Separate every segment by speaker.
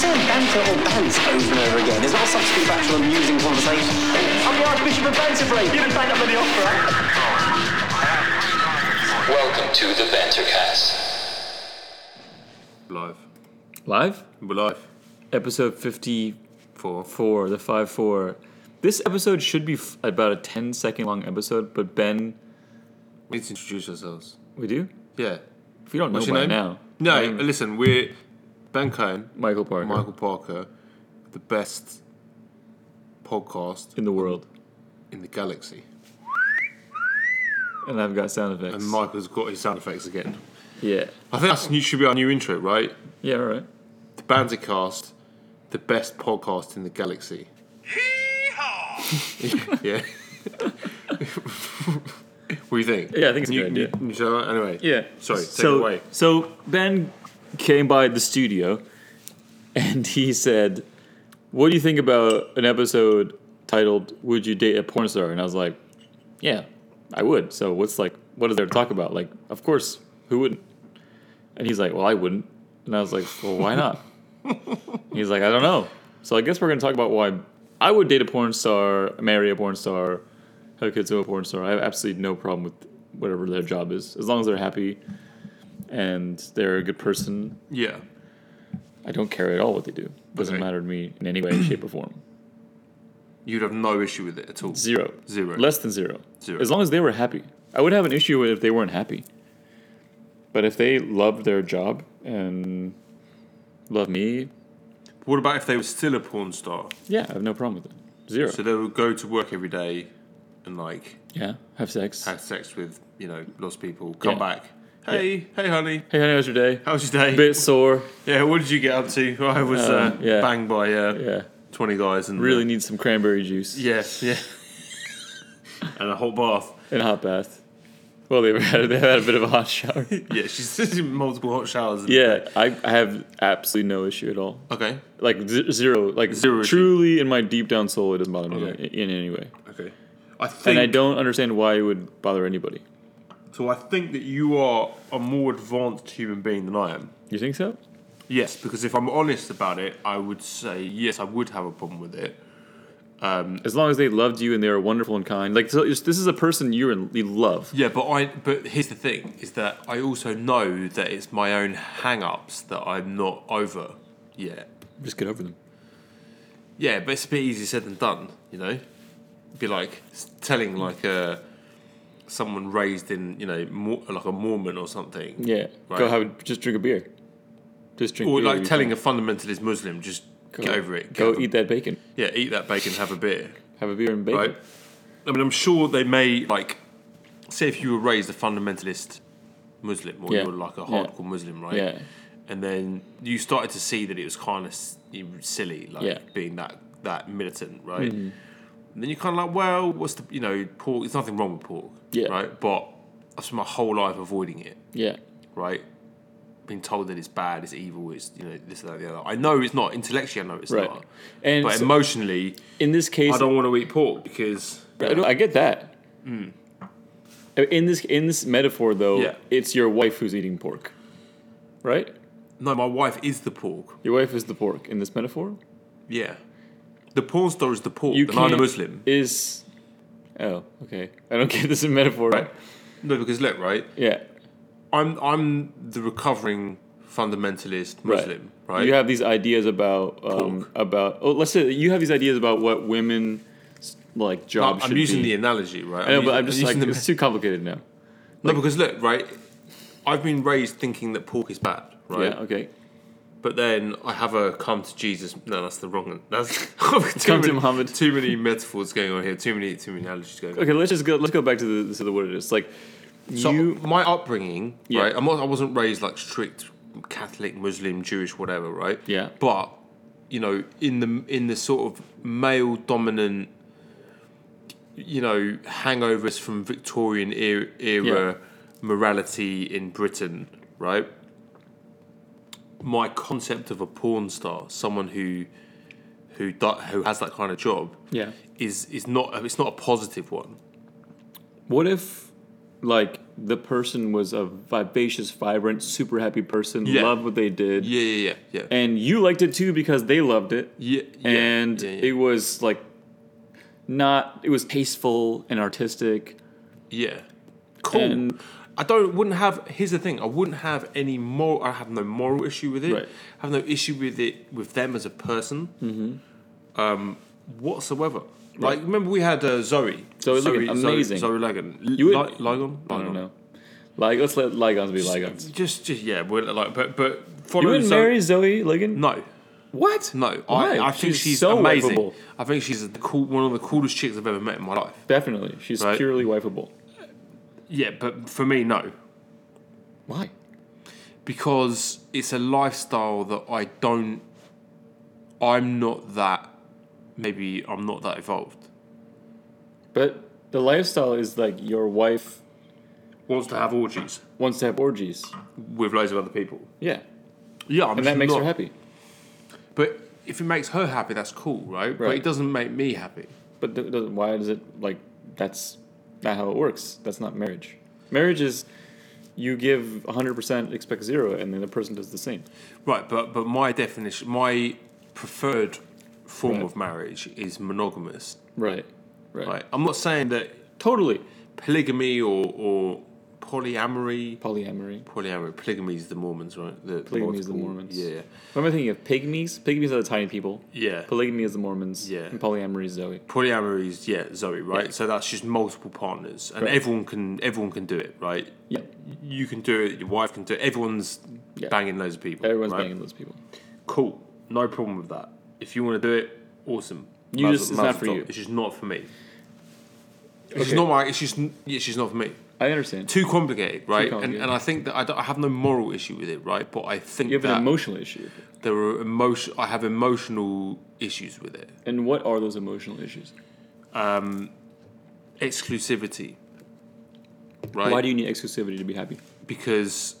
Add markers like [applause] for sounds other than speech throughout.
Speaker 1: Phil Bance over and over again. There's no substitute for actual amusing conversation. I'm the Archbishop of Banterbrain. You've been backed up by the opera.
Speaker 2: Welcome to the Bantercast.
Speaker 3: Live.
Speaker 4: Live?
Speaker 3: We're live.
Speaker 4: Episode 54,
Speaker 3: Four.
Speaker 4: the 5 4. This episode should be f- about a 10 second long episode, but Ben,
Speaker 3: We need to introduce ourselves.
Speaker 4: we do?
Speaker 3: Yeah.
Speaker 4: If you don't know
Speaker 3: What's
Speaker 4: by
Speaker 3: your name?
Speaker 4: now,
Speaker 3: No,
Speaker 4: my name is
Speaker 3: listen, we're Ben Cohen,
Speaker 4: Michael Parker
Speaker 3: Michael Parker, the best podcast
Speaker 4: in the world.
Speaker 3: in the galaxy.
Speaker 4: And I've got sound effects.
Speaker 3: And Michael's got his sound effects again.
Speaker 4: yeah.
Speaker 3: I think that should be our new intro, right?
Speaker 4: Yeah, all right.
Speaker 3: The Bantercast, the best podcast in the galaxy. [laughs] yeah. what do you think?
Speaker 4: Yeah, I think it's a
Speaker 3: new,
Speaker 4: good idea.
Speaker 3: New, new show? anyway.
Speaker 4: Yeah.
Speaker 3: Sorry, take
Speaker 4: so,
Speaker 3: it away.
Speaker 4: So Ben came by the studio and he said, What do you think about an episode titled Would You Date a Porn Star? And I was like, Yeah, I would. So what's like what is there to talk about? Like, of course, who wouldn't? And he's like, Well, I wouldn't. And I was like, Well,
Speaker 3: [laughs]
Speaker 4: why not? he's like, I don't know. So I guess we're gonna talk about why I would date a porn star, marry a porn star, have kids with a porn star. I have absolutely no problem with whatever their job is, as long as they're happy and they're a good person.
Speaker 3: Yeah.
Speaker 4: I don't care at all what they do. Doesn't
Speaker 3: Okay.
Speaker 4: matter to me in any way, shape,
Speaker 3: [clears throat]
Speaker 4: or form.
Speaker 3: You'd have no issue with it at all.
Speaker 4: Zero.
Speaker 3: Zero.
Speaker 4: Less than zero.
Speaker 3: Zero.
Speaker 4: As long as they were happy. I would have an issue with if they weren't happy. But if they loved their job and love me,
Speaker 3: What about if they were still a porn star?
Speaker 4: yeah, I have no problem with it. Zero.
Speaker 3: So they would go to work every day and like
Speaker 4: yeah, have sex.
Speaker 3: have sex with, you know, lost people, come
Speaker 4: Yeah.
Speaker 3: back. Hey, hey honey,
Speaker 4: Hey, honey, how's your day?
Speaker 3: how was your day?
Speaker 4: Bit sore.
Speaker 3: Yeah, what did you get up to? [laughs] I was uh,
Speaker 4: Uh, yeah.
Speaker 3: banged by uh,
Speaker 4: Yeah.
Speaker 3: 20 guys and
Speaker 4: Really
Speaker 3: uh,
Speaker 4: need some cranberry juice
Speaker 3: yeah, yeah. [laughs] and a hot bath.
Speaker 4: and a hot bath. Well, they had, they had a bit of a
Speaker 3: [laughs]
Speaker 4: hot shower.
Speaker 3: Yeah, she's in multiple hot showers. and-
Speaker 4: yeah, I, I have absolutely no issue at all.
Speaker 3: Okay.
Speaker 4: like z- zero, like
Speaker 3: Zero issue.
Speaker 4: truly in my deep down soul, it doesn't bother me
Speaker 3: Okay.
Speaker 4: in, in any way.
Speaker 3: Okay. I think
Speaker 4: And I don't understand why it would bother anybody.
Speaker 3: so I think that you are a more advanced human being than I am.
Speaker 4: You think so?
Speaker 3: Yes, because if I'm honest about it, I would say yes, I would have a problem with it.
Speaker 4: As long as they loved you and they were wonderful and kind, like so it's- this is a person you're in, you love.
Speaker 3: Yeah, but I but here's the thing is that I also know that it's my own hang-ups that I'm not over yet.
Speaker 4: Just get over them.
Speaker 3: Yeah, but it's a bit easier said than done, you know. Be like s- telling like a someone raised in you know Mor- like a Mormon or something.
Speaker 4: Yeah, go
Speaker 3: Right.
Speaker 4: have just drink a beer. Just drink.
Speaker 3: Or
Speaker 4: beer,
Speaker 3: like
Speaker 4: you
Speaker 3: telling
Speaker 4: fine.
Speaker 3: a fundamentalist Muslim, just
Speaker 4: Go-
Speaker 3: get over it. Get
Speaker 4: Go
Speaker 3: over-
Speaker 4: eat that bacon.
Speaker 3: Yeah, eat that bacon, have a beer.
Speaker 4: Have a beer and bacon.
Speaker 3: right? I mean, I'm sure they may like say if you were raised a fundamentalist Muslim or
Speaker 4: Yeah.
Speaker 3: you were like a
Speaker 4: Yeah.
Speaker 3: hardcore Muslim, right?
Speaker 4: Yeah.
Speaker 3: And then you started to see that it was kind of silly, like
Speaker 4: Yeah. Mm.
Speaker 3: being that that militant, right? And then you're kind of like, well, what's the you know pork? There's nothing wrong with pork,
Speaker 4: Yeah.
Speaker 3: right? But I spent my whole life avoiding it,
Speaker 4: Yeah.
Speaker 3: right? Being told that it's bad, it's evil, it's you know this, that, and the other. I know it's not intellectually. I know it's
Speaker 4: Right.
Speaker 3: not,
Speaker 4: And
Speaker 3: but
Speaker 4: so-
Speaker 3: emotionally,
Speaker 4: In this case,
Speaker 3: I don't want to eat pork because
Speaker 4: I, don't- I get that. Mm. In this in this metaphor though,
Speaker 3: Yeah.
Speaker 4: it's your wife who's eating pork, right?
Speaker 3: No, my wife is the pork.
Speaker 4: Your wife is the pork in this metaphor.
Speaker 3: Yeah. The porn star is the pork,
Speaker 4: You
Speaker 3: and I'm a
Speaker 4: can't-
Speaker 3: Muslim.
Speaker 4: Is oh okay. I don't [laughs] get this in metaphor.
Speaker 3: Right. No, because look, right?
Speaker 4: Yeah.
Speaker 3: I'm I'm the recovering fundamentalist Muslim, right?
Speaker 4: You have these ideas about um,
Speaker 3: Pork.
Speaker 4: about oh let's say that you have these ideas about what women like
Speaker 3: No,
Speaker 4: jobs.
Speaker 3: I'm
Speaker 4: should
Speaker 3: using
Speaker 4: be.
Speaker 3: the analogy, right?
Speaker 4: I know, but I'm just
Speaker 3: using-
Speaker 4: like
Speaker 3: using
Speaker 4: it's too complicated now.
Speaker 3: the, no, because look, right? I've been raised thinking that pork is bad, right?
Speaker 4: Yeah. Okay.
Speaker 3: But then I have a come to Jesus. No, that's the wrong one. That's [laughs] too
Speaker 4: Come to
Speaker 3: many-
Speaker 4: Muhammad.
Speaker 3: Too many metaphors going on here. Too many too many analogies going on.
Speaker 4: Okay. Let's just go. Let's go back to the to the what it is. Like
Speaker 3: So
Speaker 4: you.
Speaker 3: my upbringing,
Speaker 4: Yeah.
Speaker 3: right? I'm not, I wasn't raised like strict Catholic, Muslim, Jewish, whatever, right?
Speaker 4: Yeah.
Speaker 3: But you know, in the in the sort of male dominant, you know, hangovers from Victorian e-, era, era morality in Britain, right? My concept of a porn star, someone who who do- who has that kind of job,
Speaker 4: Yeah.
Speaker 3: is is not it's not a positive one.
Speaker 4: What if, like, the person was a vivacious, vibrant, super happy person,
Speaker 3: Yeah.
Speaker 4: loved what they did.
Speaker 3: Yeah, yeah, yeah, yeah.
Speaker 4: And you liked it too because they loved it.
Speaker 3: yeah, yeah,
Speaker 4: and
Speaker 3: yeah,
Speaker 4: it
Speaker 3: yeah.
Speaker 4: was like not it was tasteful and artistic.
Speaker 3: yeah. Cool.
Speaker 4: and-
Speaker 3: I don't wouldn't have here's the thing, I wouldn't have any moral I have no moral issue with it.
Speaker 4: Right.
Speaker 3: I have no issue with it with them as a person. Um
Speaker 4: Mm-hmm.
Speaker 3: whatsoever. Like remember we had uh, Zoe.
Speaker 4: Zoe Ligon, amazing.
Speaker 3: Zoe, Zoe Ligon.
Speaker 4: You would-
Speaker 3: Li- Ligon?
Speaker 4: I don't know. Like let's let Ligons be Ligons.
Speaker 3: Just, just yeah, we're like, but but
Speaker 4: You
Speaker 3: following
Speaker 4: wouldn't
Speaker 3: Zoe,
Speaker 4: marry Zoe Ligon?
Speaker 3: no,
Speaker 4: What?
Speaker 3: no.
Speaker 4: Why?
Speaker 3: I, I think she's,
Speaker 4: so
Speaker 3: amazing.
Speaker 4: wifeable.
Speaker 3: I think she's the cool, one of the coolest chicks I've ever met in my life.
Speaker 4: Definitely. She's
Speaker 3: Right.
Speaker 4: purely wifeable.
Speaker 3: Yeah, but for me, no,
Speaker 4: Why?
Speaker 3: because it's a lifestyle that I don't. I'm not that. Maybe I'm not that evolved.
Speaker 4: But the lifestyle is like your wife
Speaker 3: Wants to have orgies
Speaker 4: wants to have orgies.
Speaker 3: with loads of other people.
Speaker 4: Yeah.
Speaker 3: Yeah, I'm
Speaker 4: And
Speaker 3: just
Speaker 4: that makes
Speaker 3: not,
Speaker 4: her happy.
Speaker 3: But if it makes her happy, that's cool, right? But
Speaker 4: Right.
Speaker 3: it doesn't make me happy.
Speaker 4: But th- th- why does it like that's not how it works? That's not marriage. Marriage is you give 100%, expect zero, and then the person does the same.
Speaker 3: Right, but but my definition, my preferred form
Speaker 4: Right.
Speaker 3: of marriage is monogamous.
Speaker 4: Right. Right.
Speaker 3: Right, I'm not saying that
Speaker 4: Totally.
Speaker 3: polygamy or or polyamory.
Speaker 4: Polyamory.
Speaker 3: Polyamory, polygamy is the Mormons, right? The,
Speaker 4: Polygamy is the
Speaker 3: multiple-
Speaker 4: Mormons.
Speaker 3: Yeah,
Speaker 4: What am I thinking of? Pygmies? Pygmies are the tiny people.
Speaker 3: yeah.
Speaker 4: Polygamy is the Mormons.
Speaker 3: Yeah.
Speaker 4: And polyamory is Zoe.
Speaker 3: polyamory is yeah, Zoe, right? So that's just multiple partners, and
Speaker 4: Right.
Speaker 3: everyone can everyone can do it, right?
Speaker 4: Yeah.
Speaker 3: You can do it. Your wife can do it. Everyone's
Speaker 4: Yeah.
Speaker 3: banging loads of people.
Speaker 4: Everyone's
Speaker 3: right?
Speaker 4: banging those people.
Speaker 3: Cool, no problem with that. If you want to do it, awesome.
Speaker 4: You
Speaker 3: Mazel-
Speaker 4: just- it's
Speaker 3: mazel
Speaker 4: not for
Speaker 3: tov.
Speaker 4: you.
Speaker 3: It's just not for me. It's just
Speaker 4: Okay.
Speaker 3: not my. It's just n- it's just not for me.
Speaker 4: I understand.
Speaker 3: Too complicated, right?
Speaker 4: complicated.
Speaker 3: And, and I think that I, don't- I have no moral issue with it, right? But I think
Speaker 4: You have
Speaker 3: that
Speaker 4: an emotional issue.
Speaker 3: there are emotion. I have emotional issues with it.
Speaker 4: And what are those emotional issues?
Speaker 3: Exclusivity, right?
Speaker 4: Why do you need exclusivity to be happy?
Speaker 3: because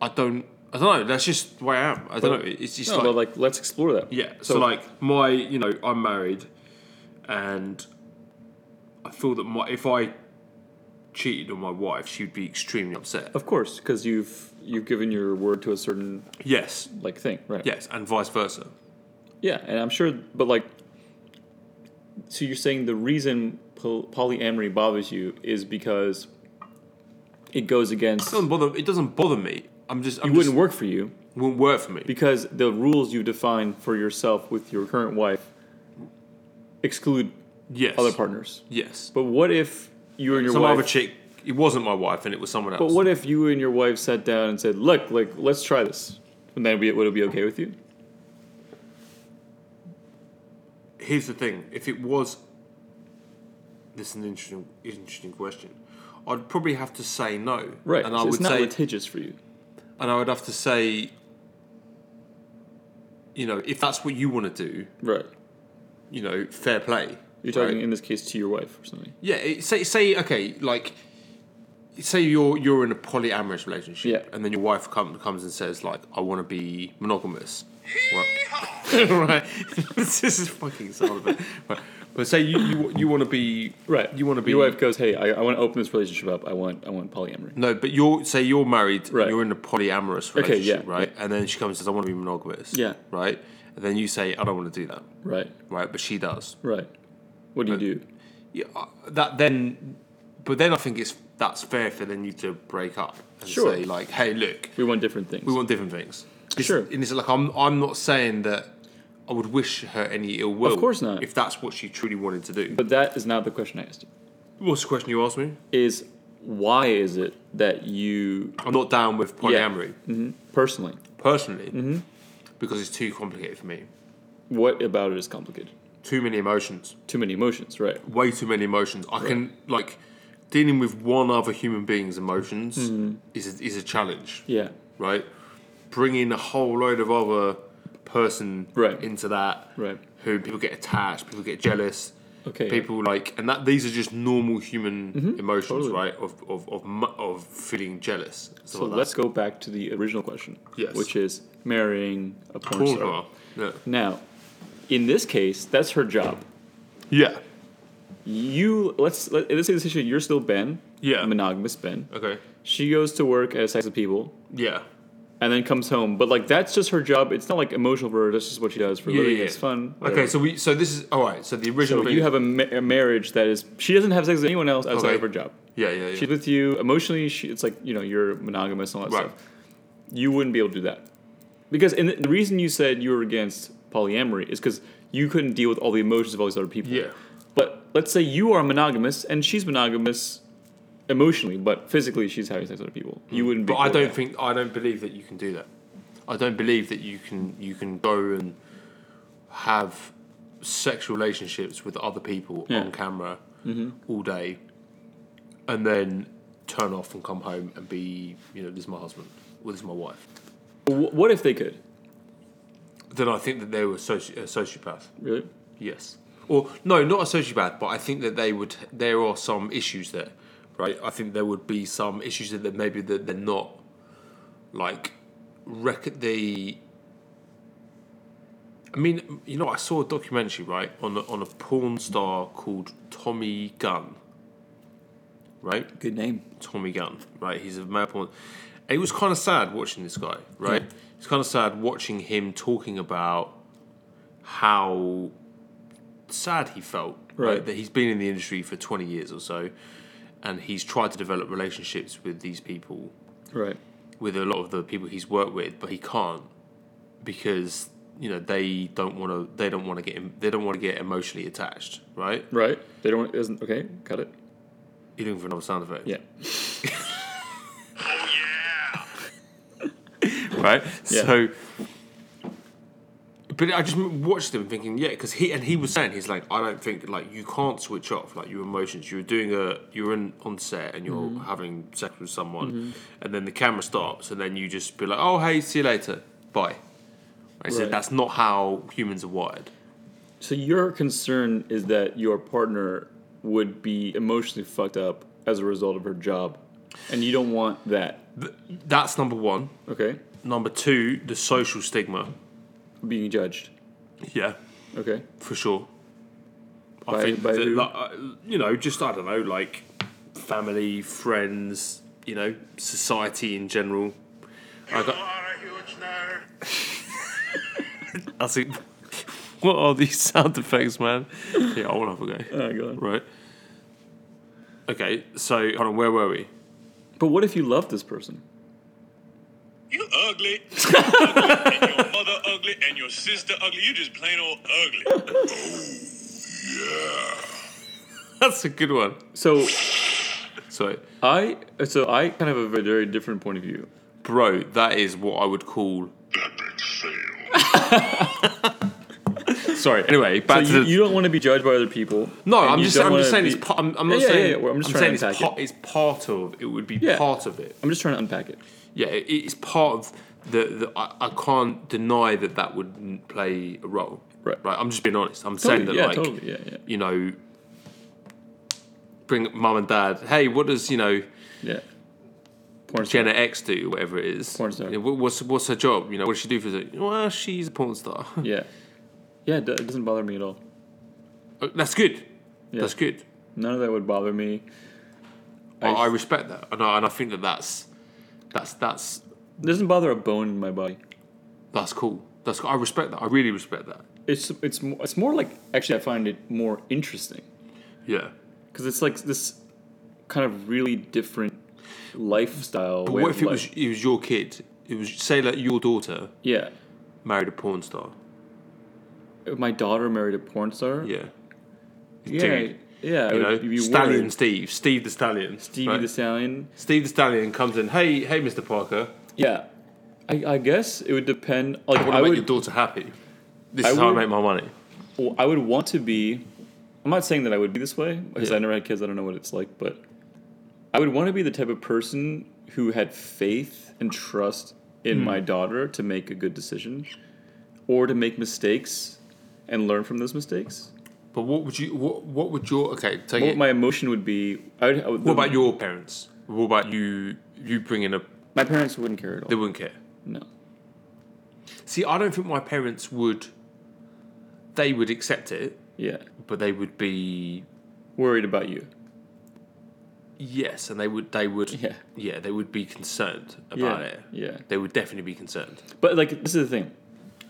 Speaker 3: I don't. I don't know. That's just the way I am. I don't know. It's just
Speaker 4: No,
Speaker 3: like,
Speaker 4: but like, let's explore that.
Speaker 3: yeah. So, like my, you know, I'm married, and I feel that my if I cheated on my wife, she'd be extremely upset.
Speaker 4: Of course, because you've you've given your word to a certain
Speaker 3: Yes,
Speaker 4: like thing, right?
Speaker 3: yes, and vice versa.
Speaker 4: yeah, and I'm sure, but like, so you're saying the reason pol- polyamory bothers you is because it goes against
Speaker 3: It doesn't bother. It doesn't bother me. I'm just. I'm
Speaker 4: it wouldn't
Speaker 3: just,
Speaker 4: work for you
Speaker 3: Wouldn't work for me.
Speaker 4: because the rules you define for yourself with your current wife exclude
Speaker 3: yes.
Speaker 4: other partners.
Speaker 3: Yes.
Speaker 4: But what if you and your
Speaker 3: Some
Speaker 4: wife
Speaker 3: other chick. It wasn't my wife, and it was someone else.
Speaker 4: But what if you and your wife sat down and said, "Look, like, let's try this," and then be, would it be okay with you?
Speaker 3: here's the thing: if it was, this is an interesting, interesting question. I'd probably have to say no,
Speaker 4: Right.
Speaker 3: And I
Speaker 4: so
Speaker 3: would
Speaker 4: it's not
Speaker 3: say,
Speaker 4: litigious for you.
Speaker 3: and I would have to say, you know, if that's what you want to do,
Speaker 4: Right.
Speaker 3: you know, fair play.
Speaker 4: You're talking
Speaker 3: right?
Speaker 4: in this case to your wife or something.
Speaker 3: yeah. it- Say, say, okay, like, say you're you're in a polyamorous relationship,
Speaker 4: Yeah.
Speaker 3: and then your wife comes comes and says like, I want to be monogamous. Right. [laughs] right. this is fucking sound of it. Right. But say you you, you want to be
Speaker 4: Right.
Speaker 3: You want to be
Speaker 4: Your wife goes, "Hey, I, I want to open this relationship up. I want I want polyamory."
Speaker 3: No, but you're say you're married,
Speaker 4: Right.
Speaker 3: you're in a polyamorous
Speaker 4: Okay,
Speaker 3: relationship,
Speaker 4: yeah,
Speaker 3: right? And then she comes and says, I want to be monogamous.
Speaker 4: Yeah.
Speaker 3: Right? And then you say, I don't want to do that.
Speaker 4: Right.
Speaker 3: Right? But she does.
Speaker 4: Right. What do you do?
Speaker 3: Yeah, uh, that then but then I think it's that's fair for then you to break up and
Speaker 4: Sure.
Speaker 3: say like, hey look,
Speaker 4: We want different things.
Speaker 3: we want different things. This-
Speaker 4: Sure.
Speaker 3: And it's like I'm I'm not saying that I would wish her any ill will.
Speaker 4: Of course not.
Speaker 3: If that's what she truly wanted to do.
Speaker 4: but that is not the question I asked you.
Speaker 3: What's the question you asked me?
Speaker 4: Is why is it that you
Speaker 3: I'm not down with polyamory
Speaker 4: personally?
Speaker 3: personally
Speaker 4: Mm-hmm.
Speaker 3: because it's too complicated for me.
Speaker 4: What about it is complicated?
Speaker 3: Too many emotions.
Speaker 4: Too many emotions, right?
Speaker 3: way too many emotions. I can like dealing with one other human being's emotions
Speaker 4: Mm-hmm.
Speaker 3: is a, is a challenge,
Speaker 4: Yeah.
Speaker 3: right? Bringing a whole load of other person
Speaker 4: Right.
Speaker 3: into that,
Speaker 4: Right.
Speaker 3: who people get attached, people get jealous,
Speaker 4: Okay. Mm-hmm.
Speaker 3: people like, and that these are just normal human emotions,
Speaker 4: totally.
Speaker 3: right? Of of of, mu- of feeling jealous.
Speaker 4: So let's go back to the original question,
Speaker 3: Yes.
Speaker 4: which is marrying a porn
Speaker 3: porn
Speaker 4: star.
Speaker 3: Yeah.
Speaker 4: Now, in this case, that's her job.
Speaker 3: yeah,
Speaker 4: You let's let, let's say this issue. You're still Ben.
Speaker 3: Yeah.
Speaker 4: monogamous spin.
Speaker 3: Okay.
Speaker 4: She goes to work as sex with people
Speaker 3: Yeah.
Speaker 4: and then comes home. But like that's just her job. It's not like emotional for her. That's just what she does for a
Speaker 3: Yeah,
Speaker 4: living.
Speaker 3: yeah,
Speaker 4: It's
Speaker 3: yeah.
Speaker 4: fun.
Speaker 3: Okay, so we so this is all right. So the original.
Speaker 4: so
Speaker 3: thing-
Speaker 4: you have a, ma- a marriage that is she doesn't have sex with anyone else outside
Speaker 3: Okay.
Speaker 4: of her job.
Speaker 3: yeah yeah yeah.
Speaker 4: She's with you emotionally. She, it's like you know you're monogamous and all that
Speaker 3: Right.
Speaker 4: stuff. You wouldn't be able to do that because and the- the reason you said you were against polyamory is because you couldn't deal with all the emotions of all these other people.
Speaker 3: Yeah.
Speaker 4: But let's say you are monogamous and she's monogamous emotionally, but physically she's having sex with other people. You wouldn't. be
Speaker 3: Mm. But I
Speaker 4: cool with
Speaker 3: don't
Speaker 4: that.
Speaker 3: think I don't believe that you can do that. I don't believe that you can you can go and have sexual relationships with other people
Speaker 4: Yeah.
Speaker 3: on camera all day, and then turn off and come home and be you know this is my husband or this is my wife.
Speaker 4: Wh- What if they could?
Speaker 3: Then I think that they were soci- a sociopath.
Speaker 4: Really?
Speaker 3: Yes. Or no, not a sociopath, but I think that they would. There are some issues there, right? I think there would be some issues that maybe that they're not like rec- they. I mean, you know, I saw a documentary right on a, on a porn star called Tommy Gunn, right?
Speaker 4: Good name.
Speaker 3: Tommy Gunn, right? He's a male porn. It was kind of sad watching this guy, right? It's kind of sad watching him talking about how sad he felt, right.
Speaker 4: Right.
Speaker 3: That he's been in the industry for 20 years or so, and he's tried to develop relationships with these people,
Speaker 4: Right.
Speaker 3: with a lot of the people he's worked with, but he can't because you know they don't want to. They don't want to get. em- They don't want to get emotionally attached, right?
Speaker 4: Right. They don't. Isn't okay. Got it.
Speaker 3: You're looking for another sound effect,
Speaker 4: Yeah.
Speaker 3: right?
Speaker 4: Yeah.
Speaker 3: So, but I just m- watched him thinking, yeah, because he and he was saying he's like, I don't think like you can't switch off like your emotions. You're doing a you're in on set and you're
Speaker 4: Mm-hmm.
Speaker 3: having sex with someone, and then the camera stops, and then you just be like, oh hey, see you later, bye. I said
Speaker 4: Right.
Speaker 3: that's not how humans are wired.
Speaker 4: So your concern is that your partner would be emotionally fucked up as a result of her job, and you don't want that.
Speaker 3: Th- That's number one.
Speaker 4: Okay,
Speaker 3: Number two, the social stigma.
Speaker 4: being judged.
Speaker 3: Yeah,
Speaker 4: Okay,
Speaker 3: for sure.
Speaker 4: By-
Speaker 3: I think
Speaker 4: by
Speaker 3: that,
Speaker 4: who?
Speaker 3: like, uh, you know, just I don't know, like family, friends, you know, society in general. I got, [laughs]
Speaker 5: are a huge nerd.
Speaker 3: I think, what are these [laughs] sound effects, man? Yeah, I want to have a go.
Speaker 4: oh, God.
Speaker 3: Right. Okay, so hold on, where were we? [laughs]
Speaker 4: but what if you love this person?
Speaker 5: You ugly. and your mother ugly and your sister ugly. You just plain old ugly.
Speaker 3: That's a good one.
Speaker 4: So
Speaker 3: So,
Speaker 4: I, so I kind of have a very different point of view.
Speaker 3: bro, that is what I would call. [laughs] Sorry. Anyway,
Speaker 4: So
Speaker 3: back to
Speaker 4: you,
Speaker 3: the.
Speaker 4: you don't want to be judged by other people.
Speaker 3: No,
Speaker 4: and
Speaker 3: I'm
Speaker 4: you
Speaker 3: just,
Speaker 4: don't
Speaker 3: I'm just saying
Speaker 4: wanna be-
Speaker 3: it's. Part, I'm, I'm not
Speaker 4: Yeah, yeah,
Speaker 3: saying.
Speaker 4: yeah, well, I'm just
Speaker 3: I'm
Speaker 4: trying
Speaker 3: saying
Speaker 4: to
Speaker 3: it's,
Speaker 4: unpack
Speaker 3: part, it's part of. It would be
Speaker 4: Yeah.
Speaker 3: part of it.
Speaker 4: I'm just trying to unpack it.
Speaker 3: Yeah, it, it's part of the. the I, I can't deny that that would play a role.
Speaker 4: Right.
Speaker 3: Right. I'm just being honest. I'm saying that
Speaker 4: Totally, yeah,
Speaker 3: like
Speaker 4: totally, yeah, yeah,
Speaker 3: you know. Bring mum and dad. Hey, what does you know
Speaker 4: yeah. Porn star.
Speaker 3: Jenna X do? Whatever it is.
Speaker 4: Porn star.
Speaker 3: You know, what- What's what's her job? You know, what does she do for? The, well, she's a porn star. [laughs]
Speaker 4: Yeah, yeah. It do- it doesn't bother me at all.
Speaker 3: Uh, That's good.
Speaker 4: Yeah.
Speaker 3: That's good.
Speaker 4: None of that would bother me.
Speaker 3: I,
Speaker 4: I-
Speaker 3: I respect that, and I, and I think that that's that's that's
Speaker 4: It doesn't bother a bone in my body.
Speaker 3: That's cool. That's I respect that. I really respect that.
Speaker 4: It's it's mo- it's more like actually I find it more interesting
Speaker 3: Yeah.
Speaker 4: because it's like this kind of really different lifestyle.
Speaker 3: But
Speaker 4: way
Speaker 3: what
Speaker 4: of
Speaker 3: if it
Speaker 4: life.
Speaker 3: was it was your kid? It was say like your daughter
Speaker 4: yeah?
Speaker 3: married a porn star.
Speaker 4: If my daughter married a porn star.
Speaker 3: Yeah.
Speaker 4: yeah,
Speaker 3: Dude, You
Speaker 4: yeah. it
Speaker 3: know,
Speaker 4: would be
Speaker 3: Stallion
Speaker 4: weird.
Speaker 3: Steve, Steve the Stallion,
Speaker 4: Stevie
Speaker 3: right?
Speaker 4: the Stallion.
Speaker 3: Steve the Stallion comes in. Hey, hey, Mr. Parker,
Speaker 4: Yeah, I, I guess it would depend. Like
Speaker 3: I want
Speaker 4: I
Speaker 3: to make
Speaker 4: would,
Speaker 3: your daughter happy. This
Speaker 4: I
Speaker 3: is how I
Speaker 4: would-
Speaker 3: make my money.
Speaker 4: Well, I would want to be. I'm not saying that I would be this way because
Speaker 3: Yeah.
Speaker 4: I never had kids. I don't know what it's like, but I would want to be the type of person who had faith and trust
Speaker 3: Hmm.
Speaker 4: in my daughter to make a good decision, or to make mistakes and learn from those mistakes.
Speaker 3: But what would you? What, what would your? Okay, take
Speaker 4: What
Speaker 3: it.
Speaker 4: my emotion would be. I would, I would,
Speaker 3: what about your parents? What about you? You bringing a?
Speaker 4: My parents wouldn't care at all.
Speaker 3: They wouldn't care.
Speaker 4: no.
Speaker 3: See, I don't think my parents would. They would accept it,
Speaker 4: Yeah.
Speaker 3: but they would be
Speaker 4: Worried about you.
Speaker 3: Yes, and they would they would
Speaker 4: Yeah.
Speaker 3: yeah they would be concerned about
Speaker 4: Yeah,
Speaker 3: it.
Speaker 4: yeah.
Speaker 3: they would definitely be concerned.
Speaker 4: But like this is the thing.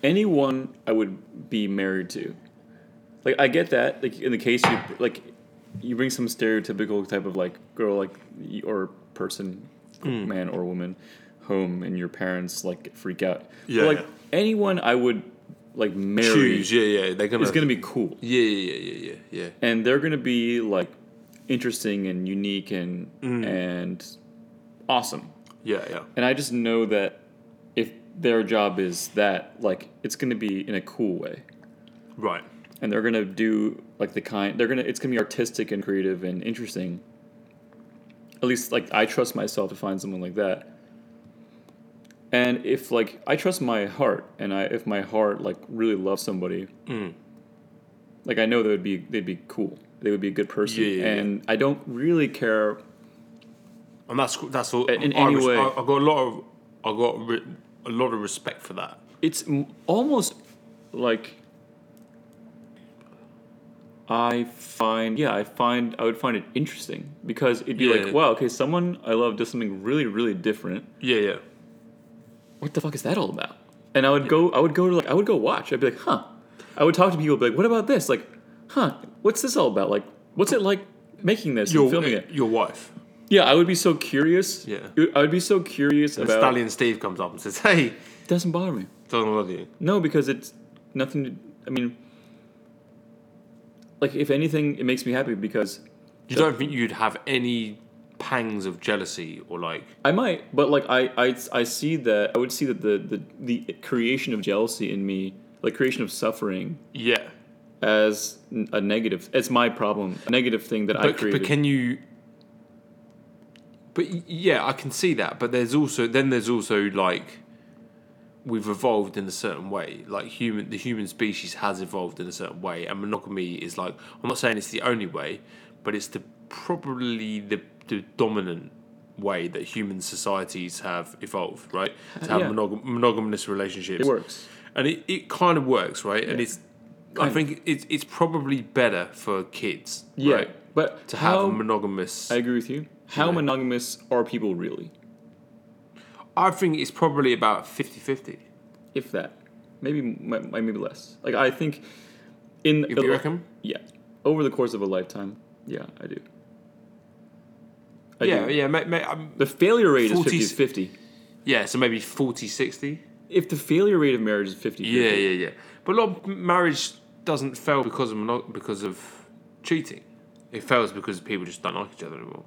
Speaker 4: Anyone I would be married to. Like I get that. Like in the case you like you bring some stereotypical type of like girl like y- or person
Speaker 3: Mm.
Speaker 4: man or woman home and your parents like freak out. But,
Speaker 3: Yeah,
Speaker 4: like
Speaker 3: yeah.
Speaker 4: anyone I would like marry
Speaker 3: Choose, yeah, yeah, they're gonna.
Speaker 4: is going to be cool.
Speaker 3: yeah, yeah, yeah, yeah, yeah.
Speaker 4: And they're going to be like interesting and unique and
Speaker 3: Mm.
Speaker 4: and awesome.
Speaker 3: Yeah, yeah.
Speaker 4: And I just know that if their job is that, like, it's going to be in a cool way,
Speaker 3: Right.
Speaker 4: and they're going to do like the kind they're going to. It's going to be artistic and creative and interesting. At least, like, I trust myself to find someone like that. And if like I trust my heart, and I if my heart like really loves somebody,
Speaker 3: Mm.
Speaker 4: like I know they would be they'd be cool. They would be a good person,
Speaker 3: Yeah, yeah, yeah.
Speaker 4: and I don't really care.
Speaker 3: And that's that's all.
Speaker 4: In- in
Speaker 3: I
Speaker 4: any
Speaker 3: res-
Speaker 4: way.
Speaker 3: I, I got a lot of I got re- a lot of respect for that.
Speaker 4: it's m- almost like I find yeah I find I would find it interesting because it'd be
Speaker 3: Yeah.
Speaker 4: like wow okay someone I love does something really really different
Speaker 3: Yeah, yeah,
Speaker 4: what the fuck is that all about and I would go I would go to like I would go watch I'd be like huh I would talk to people be like what about this like huh what's this all about like what's it like making this and
Speaker 3: your
Speaker 4: filming it
Speaker 3: your wife.
Speaker 4: yeah I would be so curious
Speaker 3: Yeah.
Speaker 4: It- I would be so curious
Speaker 3: And
Speaker 4: about
Speaker 3: Stallion Steve comes up and says, "Hey,
Speaker 4: doesn't bother me
Speaker 3: doesn't love you."
Speaker 4: No, because it's nothing. To, I mean, like if anything, it makes me happy because
Speaker 3: You don't think you'd have any pangs of jealousy or like?
Speaker 4: I might, but like I, I, I see that I would see that the the the creation of jealousy in me, like creation of suffering,
Speaker 3: Yeah,
Speaker 4: as n- a negative. It's my problem, a negative thing that I
Speaker 3: but,
Speaker 4: created.
Speaker 3: but can you? But y- yeah, I can see that. But there's also then there's also like we've evolved in a certain way. Like human, the human species has evolved in a certain way, and monogamy is like I'm not saying it's the only way, but it's the probably the, the dominant way that human societies have evolved. Right to have
Speaker 4: yeah.
Speaker 3: monog- monogamous relationships
Speaker 4: it works.
Speaker 3: and it, it kind of works, right? And it's I
Speaker 4: Kind of.
Speaker 3: think it's it's probably better for kids,
Speaker 4: Yeah,
Speaker 3: right?
Speaker 4: but
Speaker 3: To have
Speaker 4: how
Speaker 3: a monogamous.
Speaker 4: I
Speaker 3: I,
Speaker 4: agree with you. How
Speaker 3: Yeah.
Speaker 4: monogamous are people really?
Speaker 3: think it's probably about 50-50.
Speaker 4: If that, maybe m- m- maybe less. Like I think in
Speaker 3: You reckon?
Speaker 4: Yeah. Over the course of a lifetime. Yeah, I do. I
Speaker 3: yeah,
Speaker 4: do.
Speaker 3: yeah, ma- ma- um,
Speaker 4: The failure rate
Speaker 3: 40
Speaker 4: is 50 50.
Speaker 3: yeah. So maybe 40-60.
Speaker 4: If the failure rate of marriage is 50
Speaker 3: Yeah, yeah, yeah. But a lot of marriage doesn't fail because of monog- because of cheating. It fails because people just don't like each other anymore.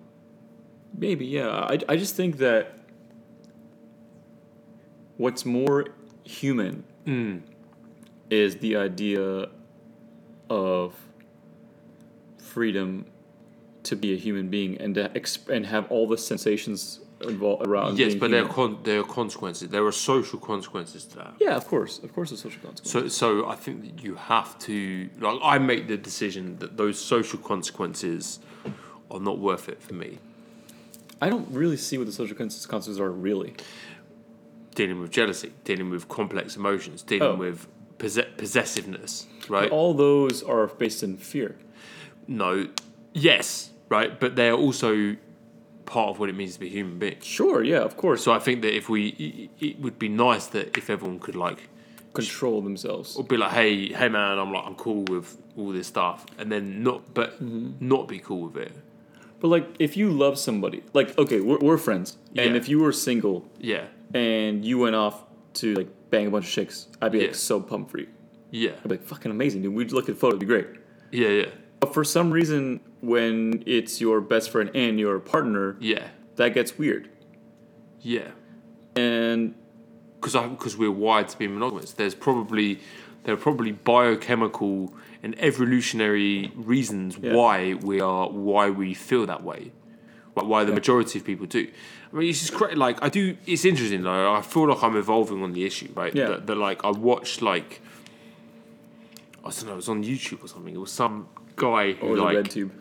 Speaker 4: maybe, yeah. I, I just think that what's more human
Speaker 3: Hmm.
Speaker 4: is the idea of freedom to be a human being and to exp- and have all the sensations involved around
Speaker 3: Yes,
Speaker 4: being
Speaker 3: but there
Speaker 4: human.
Speaker 3: are con- there are consequences. There are social consequences to that.
Speaker 4: yeah of course of course there's social consequences
Speaker 3: So, so I think that you have to. Like, I make the decision that those social consequences are not worth it for me.
Speaker 4: I don't really see what the social con- consequences are really.
Speaker 3: Dealing with jealousy, dealing with complex emotions, dealing
Speaker 4: Oh.
Speaker 3: with posse- possessiveness, right?
Speaker 4: All those are based in fear.
Speaker 3: no, yes, right, but they are also part of what it means to be a human being.
Speaker 4: Sure, yeah, of course.
Speaker 3: So I think that if we, it- it would be nice that if everyone could like
Speaker 4: control themselves.
Speaker 3: be like, hey, hey, man, I'm like, I'm cool with all this stuff, and then not, but
Speaker 4: Mm-hmm.
Speaker 3: not be cool with it.
Speaker 4: But like, if you love somebody, like, okay, we're, we're friends, and
Speaker 3: Yeah.
Speaker 4: if you were single
Speaker 3: Yeah,
Speaker 4: and you went off to like bang a bunch of chicks, I'd be
Speaker 3: Yeah.
Speaker 4: like so pumped for you.
Speaker 3: yeah,
Speaker 4: I'd be like, fucking amazing, dude. We'd look at photos, it'd be great.
Speaker 3: yeah, yeah.
Speaker 4: But for some reason, when it's your best friend and your partner,
Speaker 3: Yeah,
Speaker 4: that gets weird.
Speaker 3: yeah.
Speaker 4: And
Speaker 3: Because because we're wired to be monogamous. There's probably there are probably biochemical and evolutionary reasons
Speaker 4: Yeah.
Speaker 3: why we are why we feel that way, why, why the majority of people do. I mean, it's just great. Like I do. It's interesting though. I feel like I'm evolving on the issue, right?
Speaker 4: Yeah.
Speaker 3: That, that like I watched like I don't know. It was on YouTube or something. It was some guy who
Speaker 4: or the
Speaker 3: like
Speaker 4: red
Speaker 3: [laughs]
Speaker 4: tube.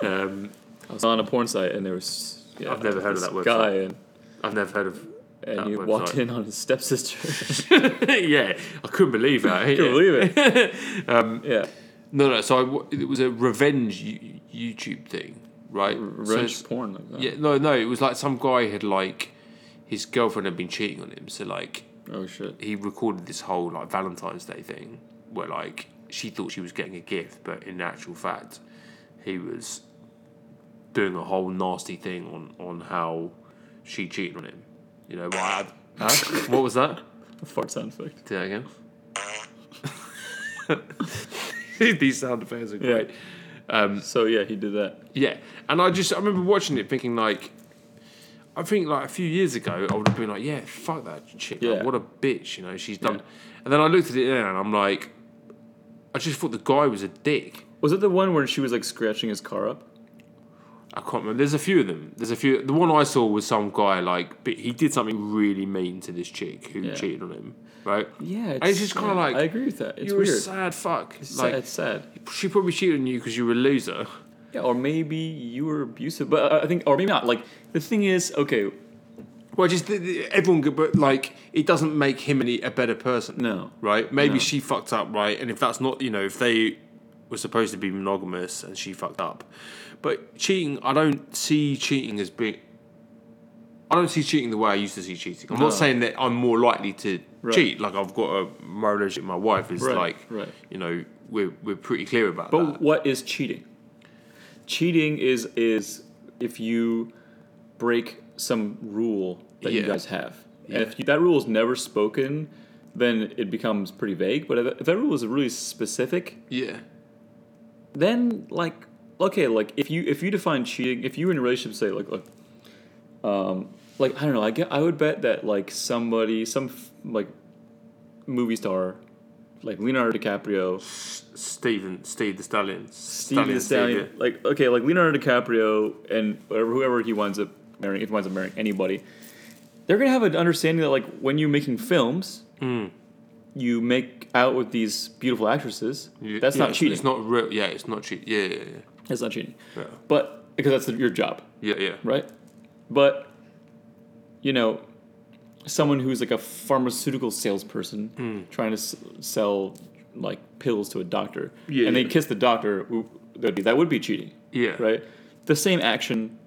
Speaker 3: um,
Speaker 4: I was on a porn site, and there was yeah,
Speaker 3: I've never heard of
Speaker 4: this
Speaker 3: that website.
Speaker 4: guy, and
Speaker 3: I've never heard of. [laughs]
Speaker 4: and
Speaker 3: that
Speaker 4: you
Speaker 3: website.
Speaker 4: walked in on his stepsister. [laughs]
Speaker 3: yeah, I couldn't believe that. [laughs] Um,
Speaker 4: Couldn't believe it. yeah,
Speaker 3: No, no. So I, wa- it was a revenge y- YouTube thing, right? So
Speaker 4: Revenge
Speaker 3: it's-
Speaker 4: porn like that.
Speaker 3: Yeah, no, no. It was like some guy had like his girlfriend had been cheating on him, so like
Speaker 4: Oh shit.
Speaker 3: he recorded this whole like Valentine's Day thing where like she thought she was getting a gift, but in actual fact, he was doing a whole nasty thing on on how she cheated on him. You know, but I, huh? [laughs] what was that?
Speaker 4: Fart sound effect.
Speaker 3: Do that again. [laughs] These sound effects are great.
Speaker 4: So yeah, he did that.
Speaker 3: Yeah, and I just I remember watching it, thinking like, I think like a few years ago, I would have been like, yeah, fuck that chick, like,
Speaker 4: Yeah.
Speaker 3: what a bitch, you know, she's done.
Speaker 4: Yeah.
Speaker 3: And then I looked at it there, and I'm like, I just thought the guy was a dick.
Speaker 4: Was it the one where she was like scratching his car up?
Speaker 3: I can't remember. There's a few of them. There's a few. The one I saw was some guy like, but he did something really mean to this chick who
Speaker 4: Yeah.
Speaker 3: cheated on him, right?
Speaker 4: Yeah,
Speaker 3: it's, and it's just kind of
Speaker 4: yeah,
Speaker 3: like
Speaker 4: I agree with that. It's
Speaker 3: you're
Speaker 4: weird.
Speaker 3: a sad fuck.
Speaker 4: It's
Speaker 3: like
Speaker 4: sad, it's sad.
Speaker 3: she probably cheated on you because you were a loser.
Speaker 4: Yeah, or maybe you were abusive, but I- I think, or maybe not. Like the thing is, okay,
Speaker 3: Well, just th- th- everyone, could, but like it doesn't make him any a better person.
Speaker 4: No.
Speaker 3: right? Maybe
Speaker 4: No.
Speaker 3: she fucked up, right? And if that's not, you know, if they were supposed to be monogamous and she fucked up, but cheating, I don't see cheating as being. I don't see cheating the way I used to see cheating. I'm
Speaker 4: No.
Speaker 3: not saying that I'm more likely to
Speaker 4: Right.
Speaker 3: cheat. Like I've got a my relationship, with my wife is
Speaker 4: Right,
Speaker 3: like,
Speaker 4: right.
Speaker 3: you know, we're we're pretty clear about
Speaker 4: But
Speaker 3: that.
Speaker 4: what is cheating? Cheating is is if you break some rule that you
Speaker 3: Yeah.
Speaker 4: guys have. And if you, that rule is never spoken, then it becomes pretty vague. But if, if that rule is really specific,
Speaker 3: yeah,
Speaker 4: then like okay, like if you if you define cheating, if you were in a relationship, say like look, um, like I don't know, I get, I would bet that like somebody, some f- like movie star, like Leonardo DiCaprio,
Speaker 3: Stephen, Steve the Stallion,
Speaker 4: Steven the Stallion, like okay, like Leonardo DiCaprio and whatever- whoever he winds up marrying, if he winds up marrying anybody, they're gonna have an understanding that like when you're making films,
Speaker 3: Hmm.
Speaker 4: you make out with these beautiful actresses.
Speaker 3: Yeah,
Speaker 4: that's
Speaker 3: yeah,
Speaker 4: not
Speaker 3: it's-
Speaker 4: cheating.
Speaker 3: It's not real. Yeah, it's not cheating. Yeah, yeah, yeah.
Speaker 4: That's not cheating.
Speaker 3: Yeah.
Speaker 4: But because that's the, your job,
Speaker 3: Yeah, yeah.
Speaker 4: right? But you know, someone who's like a pharmaceutical salesperson
Speaker 3: Hmm.
Speaker 4: trying to s- sell like pills to a doctor,
Speaker 3: Yeah,
Speaker 4: and they
Speaker 3: yeah.
Speaker 4: kiss the doctor, ooh, that'd be- that would be cheating.
Speaker 3: Yeah.
Speaker 4: right? The same action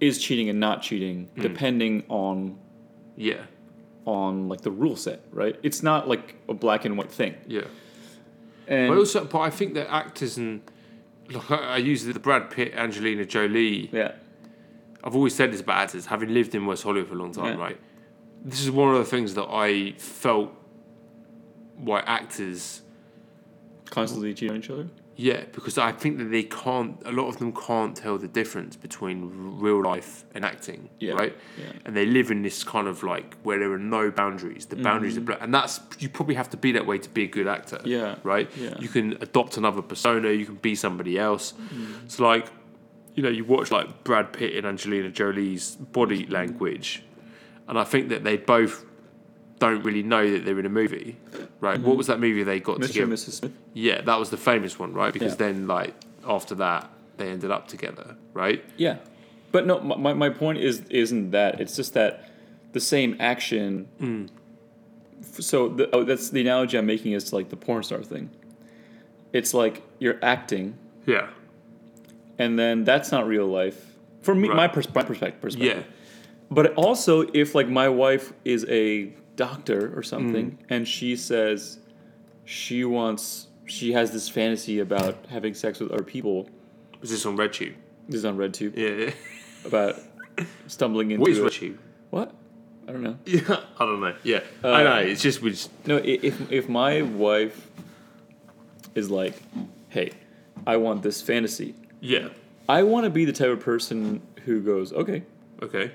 Speaker 4: is cheating and not cheating
Speaker 3: Hmm.
Speaker 4: depending on
Speaker 3: Yeah.
Speaker 4: on like the rule set, right? It's not like a black and white thing.
Speaker 3: Yeah.
Speaker 4: And
Speaker 3: But also, but I think that actors and look, I, I use the Brad Pitt, Angelina Jolie.
Speaker 4: yeah,
Speaker 3: I've always said this about actors, having lived in West Hollywood for a long time,
Speaker 4: Yeah.
Speaker 3: right? This is one of the things that I felt why actors,
Speaker 4: constantly cheating on each other.
Speaker 3: yeah, because I think that they can't. A lot of them can't tell the difference between r- real life and acting,
Speaker 4: Yeah.
Speaker 3: right?
Speaker 4: Yeah.
Speaker 3: And they live in this kind of like where there are no boundaries. The boundaries are black, and that's you probably have to be that way to be a good actor.
Speaker 4: Mm. Yeah.
Speaker 3: right?
Speaker 4: Yeah.
Speaker 3: You can adopt another persona, you can be somebody else.
Speaker 4: Mm.
Speaker 3: So like, you know, you watch like Brad Pitt and Angelina Jolie's body language, and I think that they both don't really know that they're in a movie, right?
Speaker 4: Mm.
Speaker 3: What was that movie they got
Speaker 4: Mr. and
Speaker 3: together?
Speaker 4: Mrs. Smith.
Speaker 3: Yeah, that was the famous one, right? Because
Speaker 4: Yeah.
Speaker 3: then like after that they ended up together, right?
Speaker 4: Yeah, but no, my, my- my point is isn't that. It's just that the same action.
Speaker 3: Mm.
Speaker 4: f- So the, oh, that's the analogy I'm making is to like the porn star thing. It's like you're acting,
Speaker 3: Yeah.
Speaker 4: and then that's not real life. For me,
Speaker 3: Right.
Speaker 4: my, pers- my perspective, perspective.
Speaker 3: Yeah.
Speaker 4: But also, if like my wife is a doctor
Speaker 3: Mm.
Speaker 4: or something, and she says she wants, she has this fantasy about having sex with other people.
Speaker 3: Was this on RedTube?
Speaker 4: This is on RedTube
Speaker 3: Yeah. yeah.
Speaker 4: about stumbling into
Speaker 3: What is
Speaker 4: a-
Speaker 3: RedTube?
Speaker 4: what? I don't know.
Speaker 3: Yeah, I don't know. Yeah, I know. It's just we just
Speaker 4: No, i- if if my wife is like, "Hey, I want this fantasy,"
Speaker 3: yeah.
Speaker 4: I want to be the type of person who goes, "Okay."
Speaker 3: Okay.